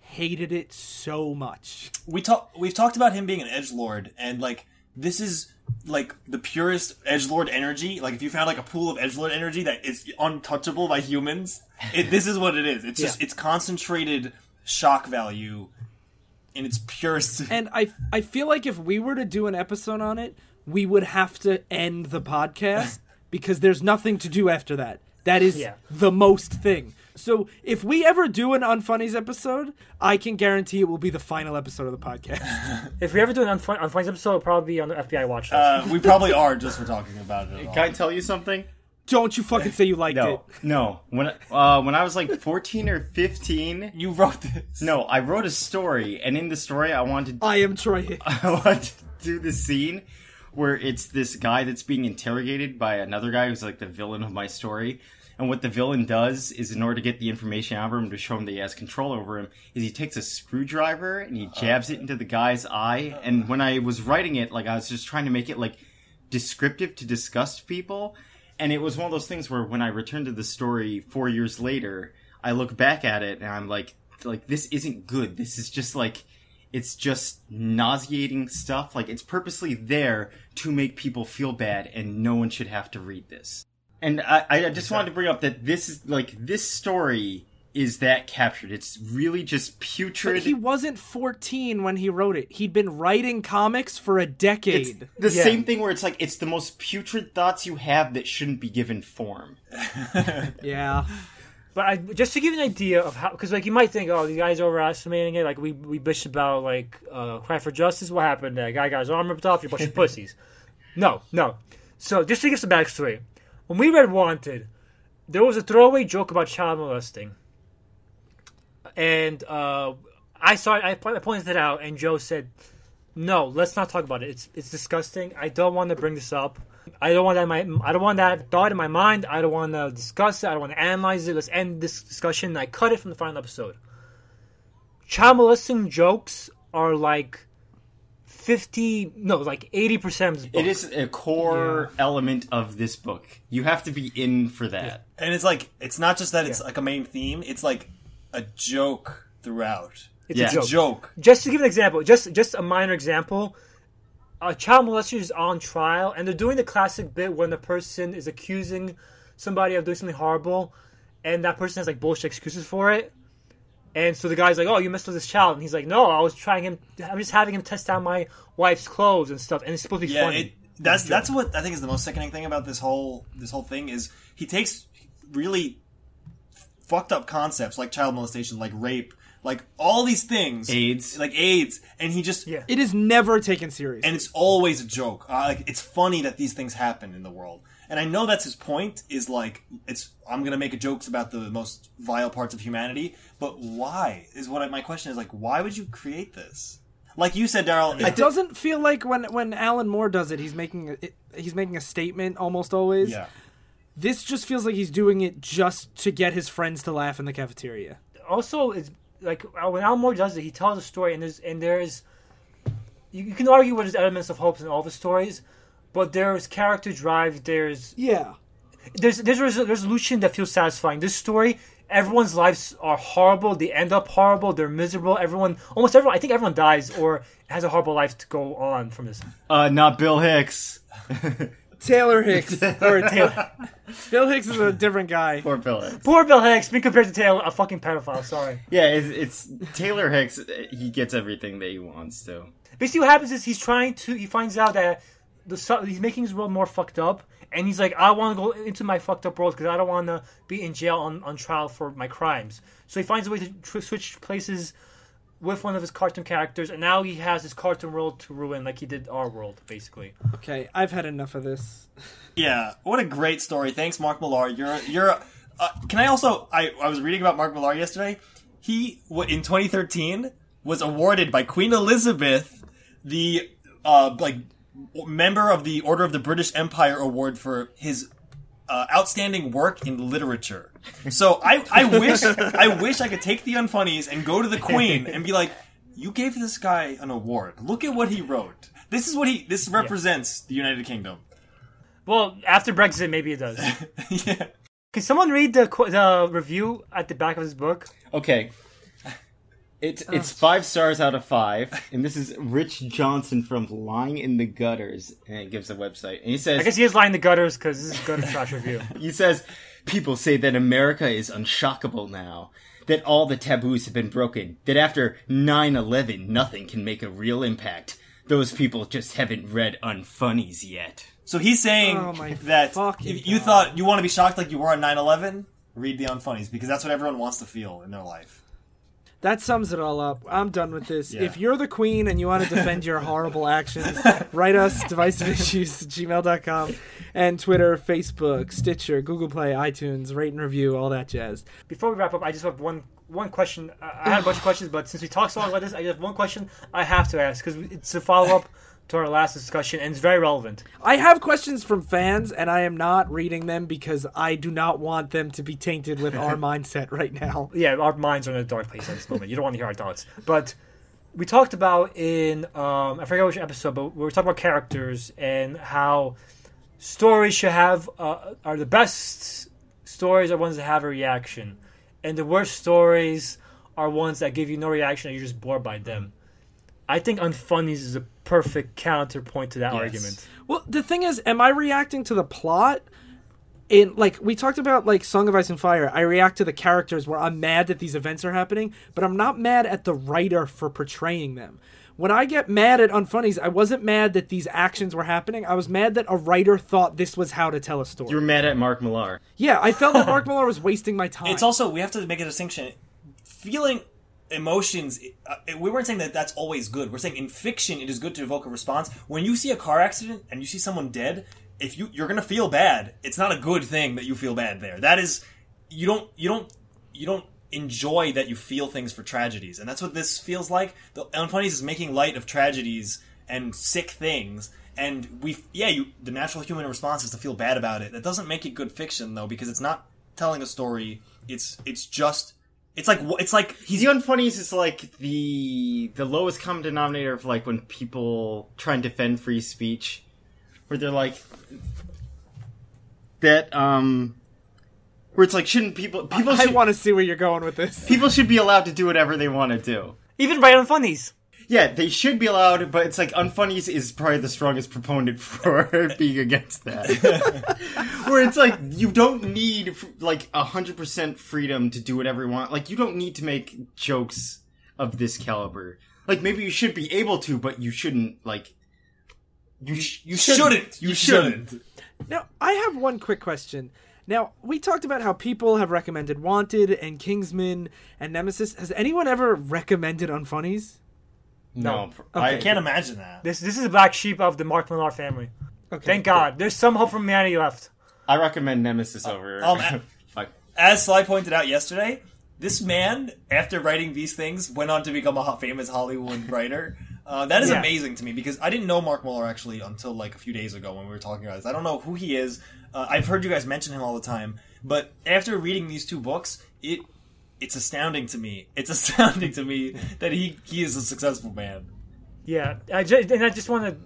Speaker 3: hated it so much.
Speaker 4: we talk we've talked about him being an edge lord and like this is like the purest edge lord energy like if you found like a pool of edge lord energy that is untouchable by humans it, this is what it is it's just it's concentrated shock value in its purest.
Speaker 3: And I I feel like if we were to do an episode on it, we would have to end the podcast because there's nothing to do after that. That is
Speaker 1: Yeah.
Speaker 3: the most thing. So if we ever do an Unfunnies episode, I can guarantee it will be the final episode of the podcast.
Speaker 1: If we ever do an unfun- unfunny episode, it'll probably be on the FBI watch list.
Speaker 4: Uh, we probably are just for talking about it. At
Speaker 5: Can I
Speaker 4: all.
Speaker 5: tell you something?
Speaker 3: Don't you fucking say you liked it.
Speaker 5: No, no. When I- uh, when I was like 14 or 15,
Speaker 4: You wrote this.
Speaker 5: no, I wrote a story, and in the story, I wanted
Speaker 3: I am Troy.
Speaker 5: I want to do the scene where it's this guy that's being interrogated by another guy who's like the villain of my story. And what the villain does is, in order to get the information out of him to show him that he has control over him, is he takes a screwdriver and he jabs it into the guy's eye. And when I was writing it, like I was just trying to make it like descriptive to disgust people. And it was one of those things where when I returned to the story four years later, I look back at it and I'm like, like this isn't good. This is just like, it's just nauseating stuff. Like it's purposely there to make people feel bad, and no one should have to read this. And I, I just wanted to bring up that this is like this story is that captured. It's really just
Speaker 3: But
Speaker 5: putrid.
Speaker 3: he wasn't 14 when he wrote it. He'd been writing comics for a decade.
Speaker 5: It's the
Speaker 1: Yeah.
Speaker 5: same thing where it's like it's the most putrid thoughts you have that shouldn't be given form.
Speaker 3: yeah.
Speaker 1: But I, just to give you an idea of how, because like you might think, oh, these guys are overestimating it. Like we we bitched about like uh, cry for justice. What happened? That guy got his arm ripped off. You're a bunch of pussies. No, no. So just to give some backstory, when we read Wanted, there was a throwaway joke about child molesting, and uh, I saw it. I po- I pointed it out, and Joe said, "No, let's not talk about it. It's it's disgusting. I don't want to bring this up. I don't want that. In my I don't want that thought in my mind. I don't want to discuss it. I don't want to analyze it. Let's end this discussion." I cut it from the final episode. Child molesting jokes are like fifty, no, like eighty percent of the book.
Speaker 5: It is a core element of this book. You have to be in for that.
Speaker 4: And it's like it's not just that it's like a main theme. It's like a joke throughout.
Speaker 1: It's
Speaker 5: yeah.
Speaker 1: a joke.
Speaker 4: Joke.
Speaker 1: just to give an example, just just a minor example, a child molester is on trial, and they're doing the classic bit when the person is accusing somebody of doing something horrible, and that person has like bullshit excuses for it. And so the guy's like, "Oh, you messed with this child," and he's like, "No, I was trying him. I'm just having him test out my wife's clothes and stuff." And it's supposed to be
Speaker 4: Yeah,
Speaker 1: funny.
Speaker 4: it, that's that's what I think is the most sickening thing about this whole this whole thing is he takes really fucked up concepts like child molestation, like rape, like all these things,
Speaker 5: AIDS.
Speaker 4: like AIDS, and he just
Speaker 1: Yeah.
Speaker 3: It is never taken serious.
Speaker 4: and it's always a joke. Uh, like it's funny that these things happen in the world, and I know that's his point. Is like it's I'm gonna make jokes about the most vile parts of humanity, but why is what I, my question is like? Why would you create this? Like you said, Daryl,
Speaker 3: it doesn't feel like when when Alan Moore does it, he's making a, it, he's making a statement almost always.
Speaker 4: Yeah,
Speaker 3: This just feels like he's doing it just to get his friends to laugh in the cafeteria.
Speaker 1: also it's like uh, when Al Moore does it, he tells a story, and there's and there's you, you can argue what is elements of hopes in all the stories, but there's character drive, there's
Speaker 3: Yeah.
Speaker 1: there's there's a res- resolution that feels satisfying. This story, everyone's lives are horrible. They end up horrible. They're miserable. Everyone, almost everyone, I think everyone dies or has a horrible life to go on from this.
Speaker 5: Uh, not Bill Hicks
Speaker 3: Taylor Hicks or Taylor. Bill Hicks is a different guy.
Speaker 5: or Bill Hicks.
Speaker 1: Poor Bill Hicks being compared to Taylor, a fucking pedophile. Sorry.
Speaker 5: Yeah, it's, it's Taylor Hicks. He gets everything that he wants to.
Speaker 1: Basically, what happens is he's trying to. He finds out that the so- he's making his world more fucked up, and he's like, "I want to go into my fucked up world because I don't want to be in jail on, on trial for my crimes." So he finds a way to tr- switch places with one of his cartoon characters, and now he has his cartoon world to ruin, like he did our world, basically.
Speaker 3: Okay, I've had enough of this.
Speaker 4: yeah. What a great story. Thanks, Mark Millar. You're you're. Uh, can I also? I I was reading about Mark Millar yesterday. He wa- in 2013 was awarded by Queen Elizabeth the uh like member of the Order of the British Empire Award for his uh, outstanding work in literature. So I, I wish I wish I could take the unfunnies and go to the Queen and be like, you gave this guy an award. Look at what he wrote. This is what he this represents the United Kingdom.
Speaker 1: Well, after Brexit, maybe it does.
Speaker 4: yeah.
Speaker 1: Can someone read the qu- the review at the back of this book?
Speaker 5: Okay. It's it's five stars out of five, and this is Rich Johnson from Lying in the Gutters, and it gives a website. And he says
Speaker 1: I guess he is lying the gutters because this is a gutter trash review.
Speaker 5: he says People say that America is unshockable now. That all the taboos have been broken. That after 9-11, nothing can make a real impact. Those people just haven't read Unfunnies yet.
Speaker 4: So he's saying
Speaker 3: Oh my
Speaker 4: that
Speaker 3: fucking
Speaker 4: if you
Speaker 3: God.
Speaker 4: thought you want to be shocked like you were on 9/11, read the unfunnies because that's what everyone wants to feel in their life.
Speaker 3: That sums it all up. I'm done with this. If you're the queen and you want to defend your horrible actions, write us divisiveissues gmail.com and Twitter, Facebook, Stitcher, Google Play, iTunes, rate and review, all that jazz.
Speaker 1: Before we wrap up, I just have one one question. I I had a bunch of questions, but since we talked so long about this, I just have one question I have to ask because it's a follow up to our last discussion and it's very relevant.
Speaker 3: I have questions from fans and I am not reading them because I do not want them to be tainted with our mindset right now.
Speaker 1: yeah, our minds are in a dark place at this moment. You don't want to hear our thoughts. But we talked about in um, I forget which episode, but we were talking about characters and how stories should have uh, are the best stories are ones that have a reaction, and the worst stories are ones that give you no reaction and you're just bored by them. I think Unfunnies is a perfect counterpoint to that argument.
Speaker 3: Well, the thing is, am I reacting to the plot? In like we talked about, like Song of Ice and Fire, I react to the characters where I'm mad that these events are happening, but I'm not mad at the writer for portraying them. When I get mad at Unfunnies, I wasn't mad that these actions were happening. I was mad that a writer thought this was how to tell a story.
Speaker 5: You're mad at Mark Millar.
Speaker 3: yeah, I felt that Mark Millar was wasting my time.
Speaker 4: It's also we have to make a distinction. Feeling emotions uh, we weren't saying that that's always good. We're saying in fiction it is good to evoke a response. When you see a car accident and you see someone dead, if you you're going to feel bad. It's not a good thing that you feel bad there. That is you don't you don't you don't enjoy that you feel things for tragedies. And that's what this feels like. The Unfunnies is making light of tragedies and sick things. And we, yeah, you, the natural human response is to feel bad about it. That doesn't make it good fiction though, because it's not telling a story. It's it's just it's like wh- it's like he's
Speaker 5: The Unfunnies is like the the lowest common denominator of like when people try and defend free speech, where they're like that um, where it's like shouldn't people people
Speaker 3: I
Speaker 5: should
Speaker 3: want to see where you're going with this.
Speaker 5: people should be allowed to do whatever they want to do.
Speaker 1: Even by Unfunnies.
Speaker 5: Yeah, they should be allowed, but it's like Unfunnies is probably the strongest proponent for being against that. Where it's like you don't need like hundred percent freedom to do whatever you want. Like you don't need to make jokes of this caliber. Like maybe you should be able to, but you shouldn't. Like you sh-
Speaker 4: you shouldn't you shouldn't.
Speaker 3: Now, I have one quick question. Now, we talked about how people have recommended Wanted and Kingsman and Nemesis. Has anyone ever recommended Unfunnies?
Speaker 5: No,
Speaker 4: I can't imagine that.
Speaker 1: This this is the black sheep of the Mark Millar family.
Speaker 3: Okay.
Speaker 1: Thank God, there's some hope for humanity left.
Speaker 5: I recommend Nemesis over.
Speaker 4: um, a-
Speaker 5: Fuck.
Speaker 4: As Sly pointed out yesterday, this man, after writing these things, went on to become a ho- famous Hollywood writer. Uh, that is
Speaker 1: Yeah.
Speaker 4: amazing to me because I didn't know Mark Muller actually until like a few days ago when we were talking about this. I don't know who he is. Uh, I've heard you guys mention him all the time, but after reading these two books, it it's astounding to me. It's astounding to me that he he is a successful man.
Speaker 1: Yeah, I just, and I just want to.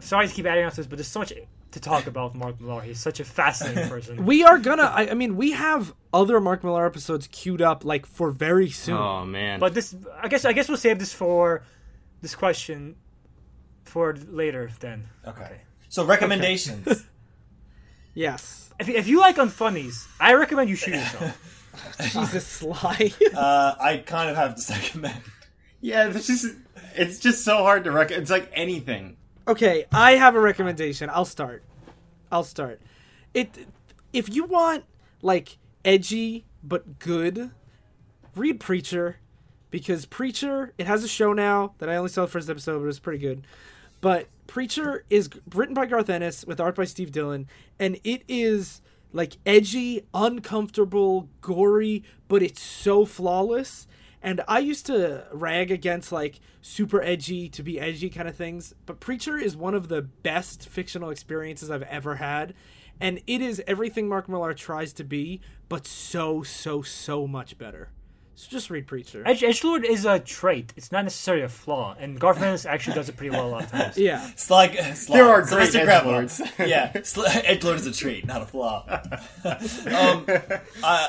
Speaker 1: Sorry to keep adding on to this, but there's so much to talk about with Mark Millar. He's such a fascinating person.
Speaker 3: We are gonna. I, I mean, we have other Mark Millar episodes queued up like for very soon.
Speaker 5: Oh man,
Speaker 1: but this, I guess, I guess we'll save this for this question for later. Then,
Speaker 4: Okay. So recommendations.
Speaker 3: Yes.
Speaker 1: if, if you like Unfunnies, I recommend you shoot yourself.
Speaker 3: Jesus, Sly.
Speaker 4: uh, I kind of have to second that.
Speaker 5: yeah, it's just it's just so hard to recommend. It's like anything.
Speaker 3: okay, I have a recommendation. I'll start. I'll start. It. If you want like edgy but good, read Preacher, because Preacher it has a show now that I only saw the first episode, but it was pretty good. But Preacher is g- written by Garth Ennis with art by Steve Dillon, and it is like edgy, uncomfortable, gory, but it's so flawless. And I used to rag against like super edgy to be edgy kind of things, but Preacher is one of the best fictional experiences I've ever had. And it is everything Mark Millar tries to be, but so, so, so much better. So just read Preacher.
Speaker 1: Edge Edgelord is a trait; it's not necessarily a flaw. And Garth Ennis actually does it pretty well a lot of times.
Speaker 3: yeah.
Speaker 4: It's like uh, it's like-
Speaker 5: There are
Speaker 4: it's
Speaker 5: great
Speaker 4: Mr. Gravel.
Speaker 5: edgelords.
Speaker 4: yeah, sl- edgelord is a trait, not a flaw. um, uh,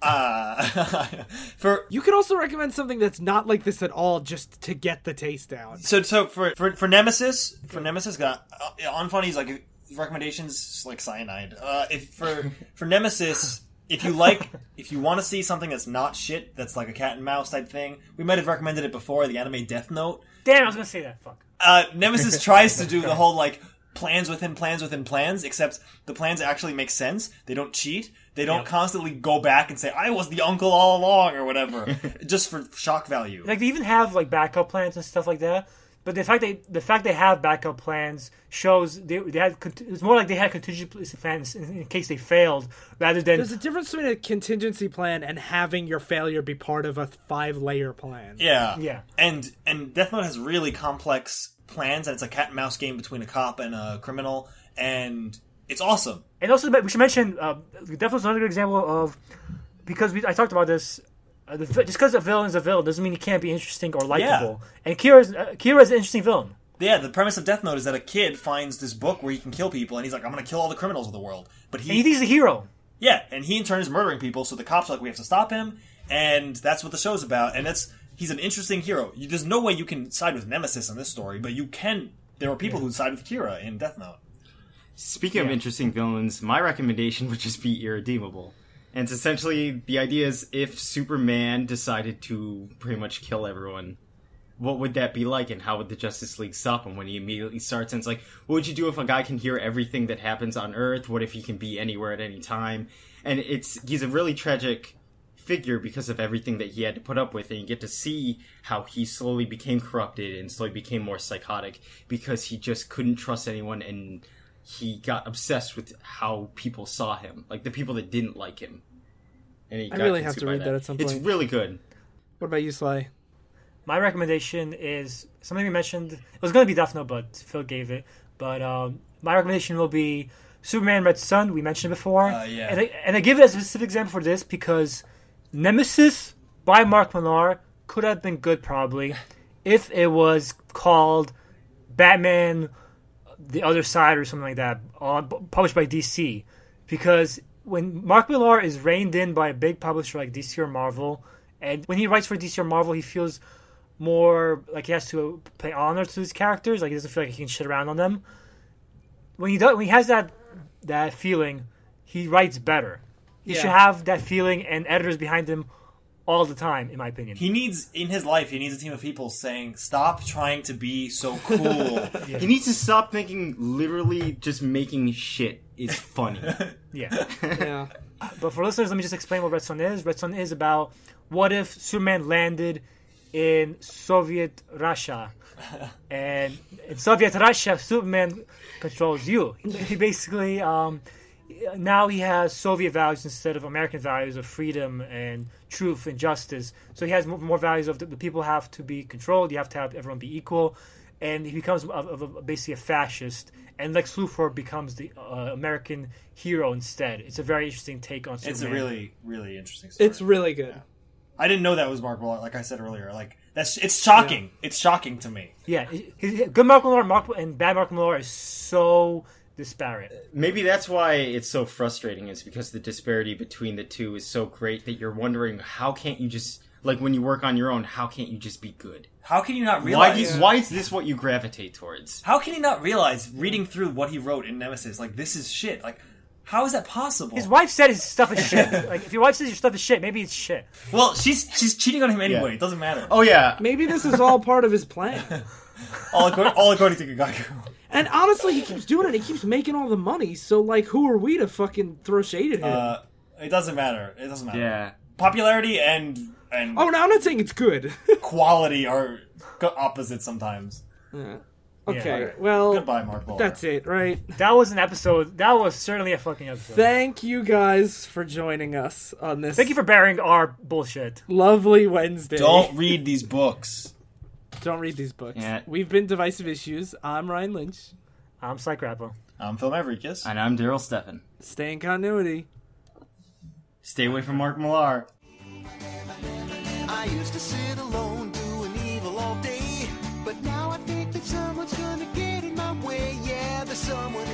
Speaker 4: uh, for
Speaker 3: You could also recommend something that's not like this at all, just to get the taste down.
Speaker 4: so so for for, for Nemesis for Nemesis got uh, on funny is like recommendations like cyanide. Uh, if for for Nemesis, if you like, if you want to see something that's not shit, that's like a cat and mouse type thing, we might have recommended it before. The anime Death Note.
Speaker 1: Damn, I was gonna say that. Fuck.
Speaker 4: Uh, Nemesis tries to do the whole like plans within plans within plans, except the plans actually make sense. They don't cheat. They don't constantly go back and say, "I was the uncle all along" or whatever, just for shock value.
Speaker 1: Like they even have like backup plans and stuff like that. But the fact they the fact they have backup plans shows they, they had cont- it's more like they had contingency plans in, in case they failed rather than
Speaker 3: There's a difference between a contingency plan and having your failure be part of a five layer plan.
Speaker 4: Yeah.
Speaker 1: Yeah.
Speaker 4: And and Death Note has really complex plans, and it's a cat and mouse game between a cop and a criminal, and it's awesome.
Speaker 1: And also, but we should mention uh, definitely another good example of because we, I talked about this. Uh, the, vi- just because a villain is a villain doesn't mean he can't be interesting or likable. And Kira's uh, Kira's an interesting villain.
Speaker 4: Yeah, the premise of Death Note is that a kid finds this book where he can kill people, and he's like, "I'm gonna kill all the criminals of the world." But
Speaker 1: And he
Speaker 4: he,
Speaker 1: thinks he's a hero.
Speaker 4: yeah, and he in turn is murdering people, so the cops are like, "We have to stop him," and that's what the show's about. And that's he's an interesting hero. You, there's no way you can side with Nemesis in this story, but you can. There are people who side with Kira in Death Note.
Speaker 5: Speaking of interesting villains, my recommendation would just be irredeemable. And it's essentially the idea is if Superman decided to pretty much kill everyone, what would that be like and how would the Justice League stop him when he immediately starts and it's like, what would you do if a guy can hear everything that happens on Earth? What if he can be anywhere at any time? And it's he's a really tragic figure because of everything that he had to put up with and you get to see how he slowly became corrupted and slowly became more psychotic because he just couldn't trust anyone and he got obsessed with how people saw him, like the people that didn't like him. And he
Speaker 3: I
Speaker 5: got
Speaker 3: really have
Speaker 5: consumed
Speaker 3: to
Speaker 5: by
Speaker 3: read that at some
Speaker 5: It's
Speaker 3: point.
Speaker 5: really good.
Speaker 3: What about you, Sly?
Speaker 1: My recommendation is something we mentioned. It was going to be Death Note, but Phil gave it. But um, my recommendation will be Superman Red Sun. We mentioned before.
Speaker 4: Uh, yeah.
Speaker 1: And I, and I give it a specific example for this because Nemesis by Mark Millar could have been good probably if it was called Batman the other side or something like that, uh, b- published by DC. Because when Mark Millar is reined in by a big publisher like DC or Marvel, and when he writes for DC or Marvel, he feels more like he has to pay honor to his characters. Like he doesn't feel like he can shit around on them. When he does, when he has that that feeling, he writes better. He
Speaker 3: Yeah.
Speaker 1: should have that feeling and editors behind him all the time, in my opinion.
Speaker 4: He needs in his life. He needs a team of people saying, "Stop trying to be so cool."
Speaker 5: He needs to stop thinking literally just making shit is funny.
Speaker 1: yeah.
Speaker 3: Yeah.
Speaker 1: But for listeners, let me just explain what Red Sun is. Red Sun is about what if Superman landed in Soviet Russia, and in Soviet Russia, Superman controls you. He basically um, now he has Soviet values instead of American values of freedom and truth and justice. So he has more, more values of the, the people have to be controlled. You have to have everyone be equal, and he becomes of, of, of basically a fascist. And Lex Luthor becomes the uh, American hero instead. It's a very interesting take on Superman.
Speaker 4: It's a really, really interesting story.
Speaker 3: It's really good.
Speaker 4: I didn't know that was Mark Millar. Like I said earlier, like that's it's shocking. It's shocking to me.
Speaker 1: yeah. he- he- Good Mark Millar, Mark and bad Mark Millar is so disparate.
Speaker 5: Maybe that's why it's so frustrating is because the disparity between the two is so great that you're wondering how can't you just like when you work on your own, how can't you just be good?
Speaker 4: How can you not
Speaker 5: Why
Speaker 4: realize?
Speaker 5: do you- why is this what you gravitate towards?
Speaker 4: How can he not realize reading through what he wrote in Nemesis? Like this is shit. Like how is that possible?
Speaker 1: His wife said his stuff is shit. like if your wife says your stuff is shit, maybe it's shit.
Speaker 4: well, she's she's cheating on him anyway.
Speaker 5: Yeah.
Speaker 4: It doesn't matter.
Speaker 5: Oh yeah.
Speaker 3: Maybe this is all part of his plan.
Speaker 4: all, according, all according to Gagaku.
Speaker 3: And honestly, he keeps doing it. He keeps making all the money. So, like, who are we to fucking throw shade at him?
Speaker 4: Uh, it doesn't matter. It doesn't matter.
Speaker 5: Yeah.
Speaker 4: Popularity and and
Speaker 3: oh, no, I'm not saying it's good.
Speaker 4: quality are co- opposite sometimes.
Speaker 3: okay,
Speaker 1: alright.
Speaker 3: well,
Speaker 4: Goodbye, Mark Millar.
Speaker 3: that's it, right?
Speaker 1: That was an episode. That was certainly a fucking episode.
Speaker 3: Thank you guys for joining us on this
Speaker 1: Thank you for bearing our bullshit.
Speaker 3: lovely Wednesday.
Speaker 4: Don't read these books.
Speaker 3: Don't read these books.
Speaker 5: Yeah.
Speaker 3: We've been Divisive Issues. I'm Ryan Lynch.
Speaker 1: I'm Psych Rappo.
Speaker 4: I'm Phil Maverickus.
Speaker 5: And I'm Daryl Steffen.
Speaker 3: Stay in continuity.
Speaker 5: Stay away from Mark Millar.
Speaker 2: I used to sit alone doing evil all day. But now I think that someone's gonna get in my way. Yeah, there's someone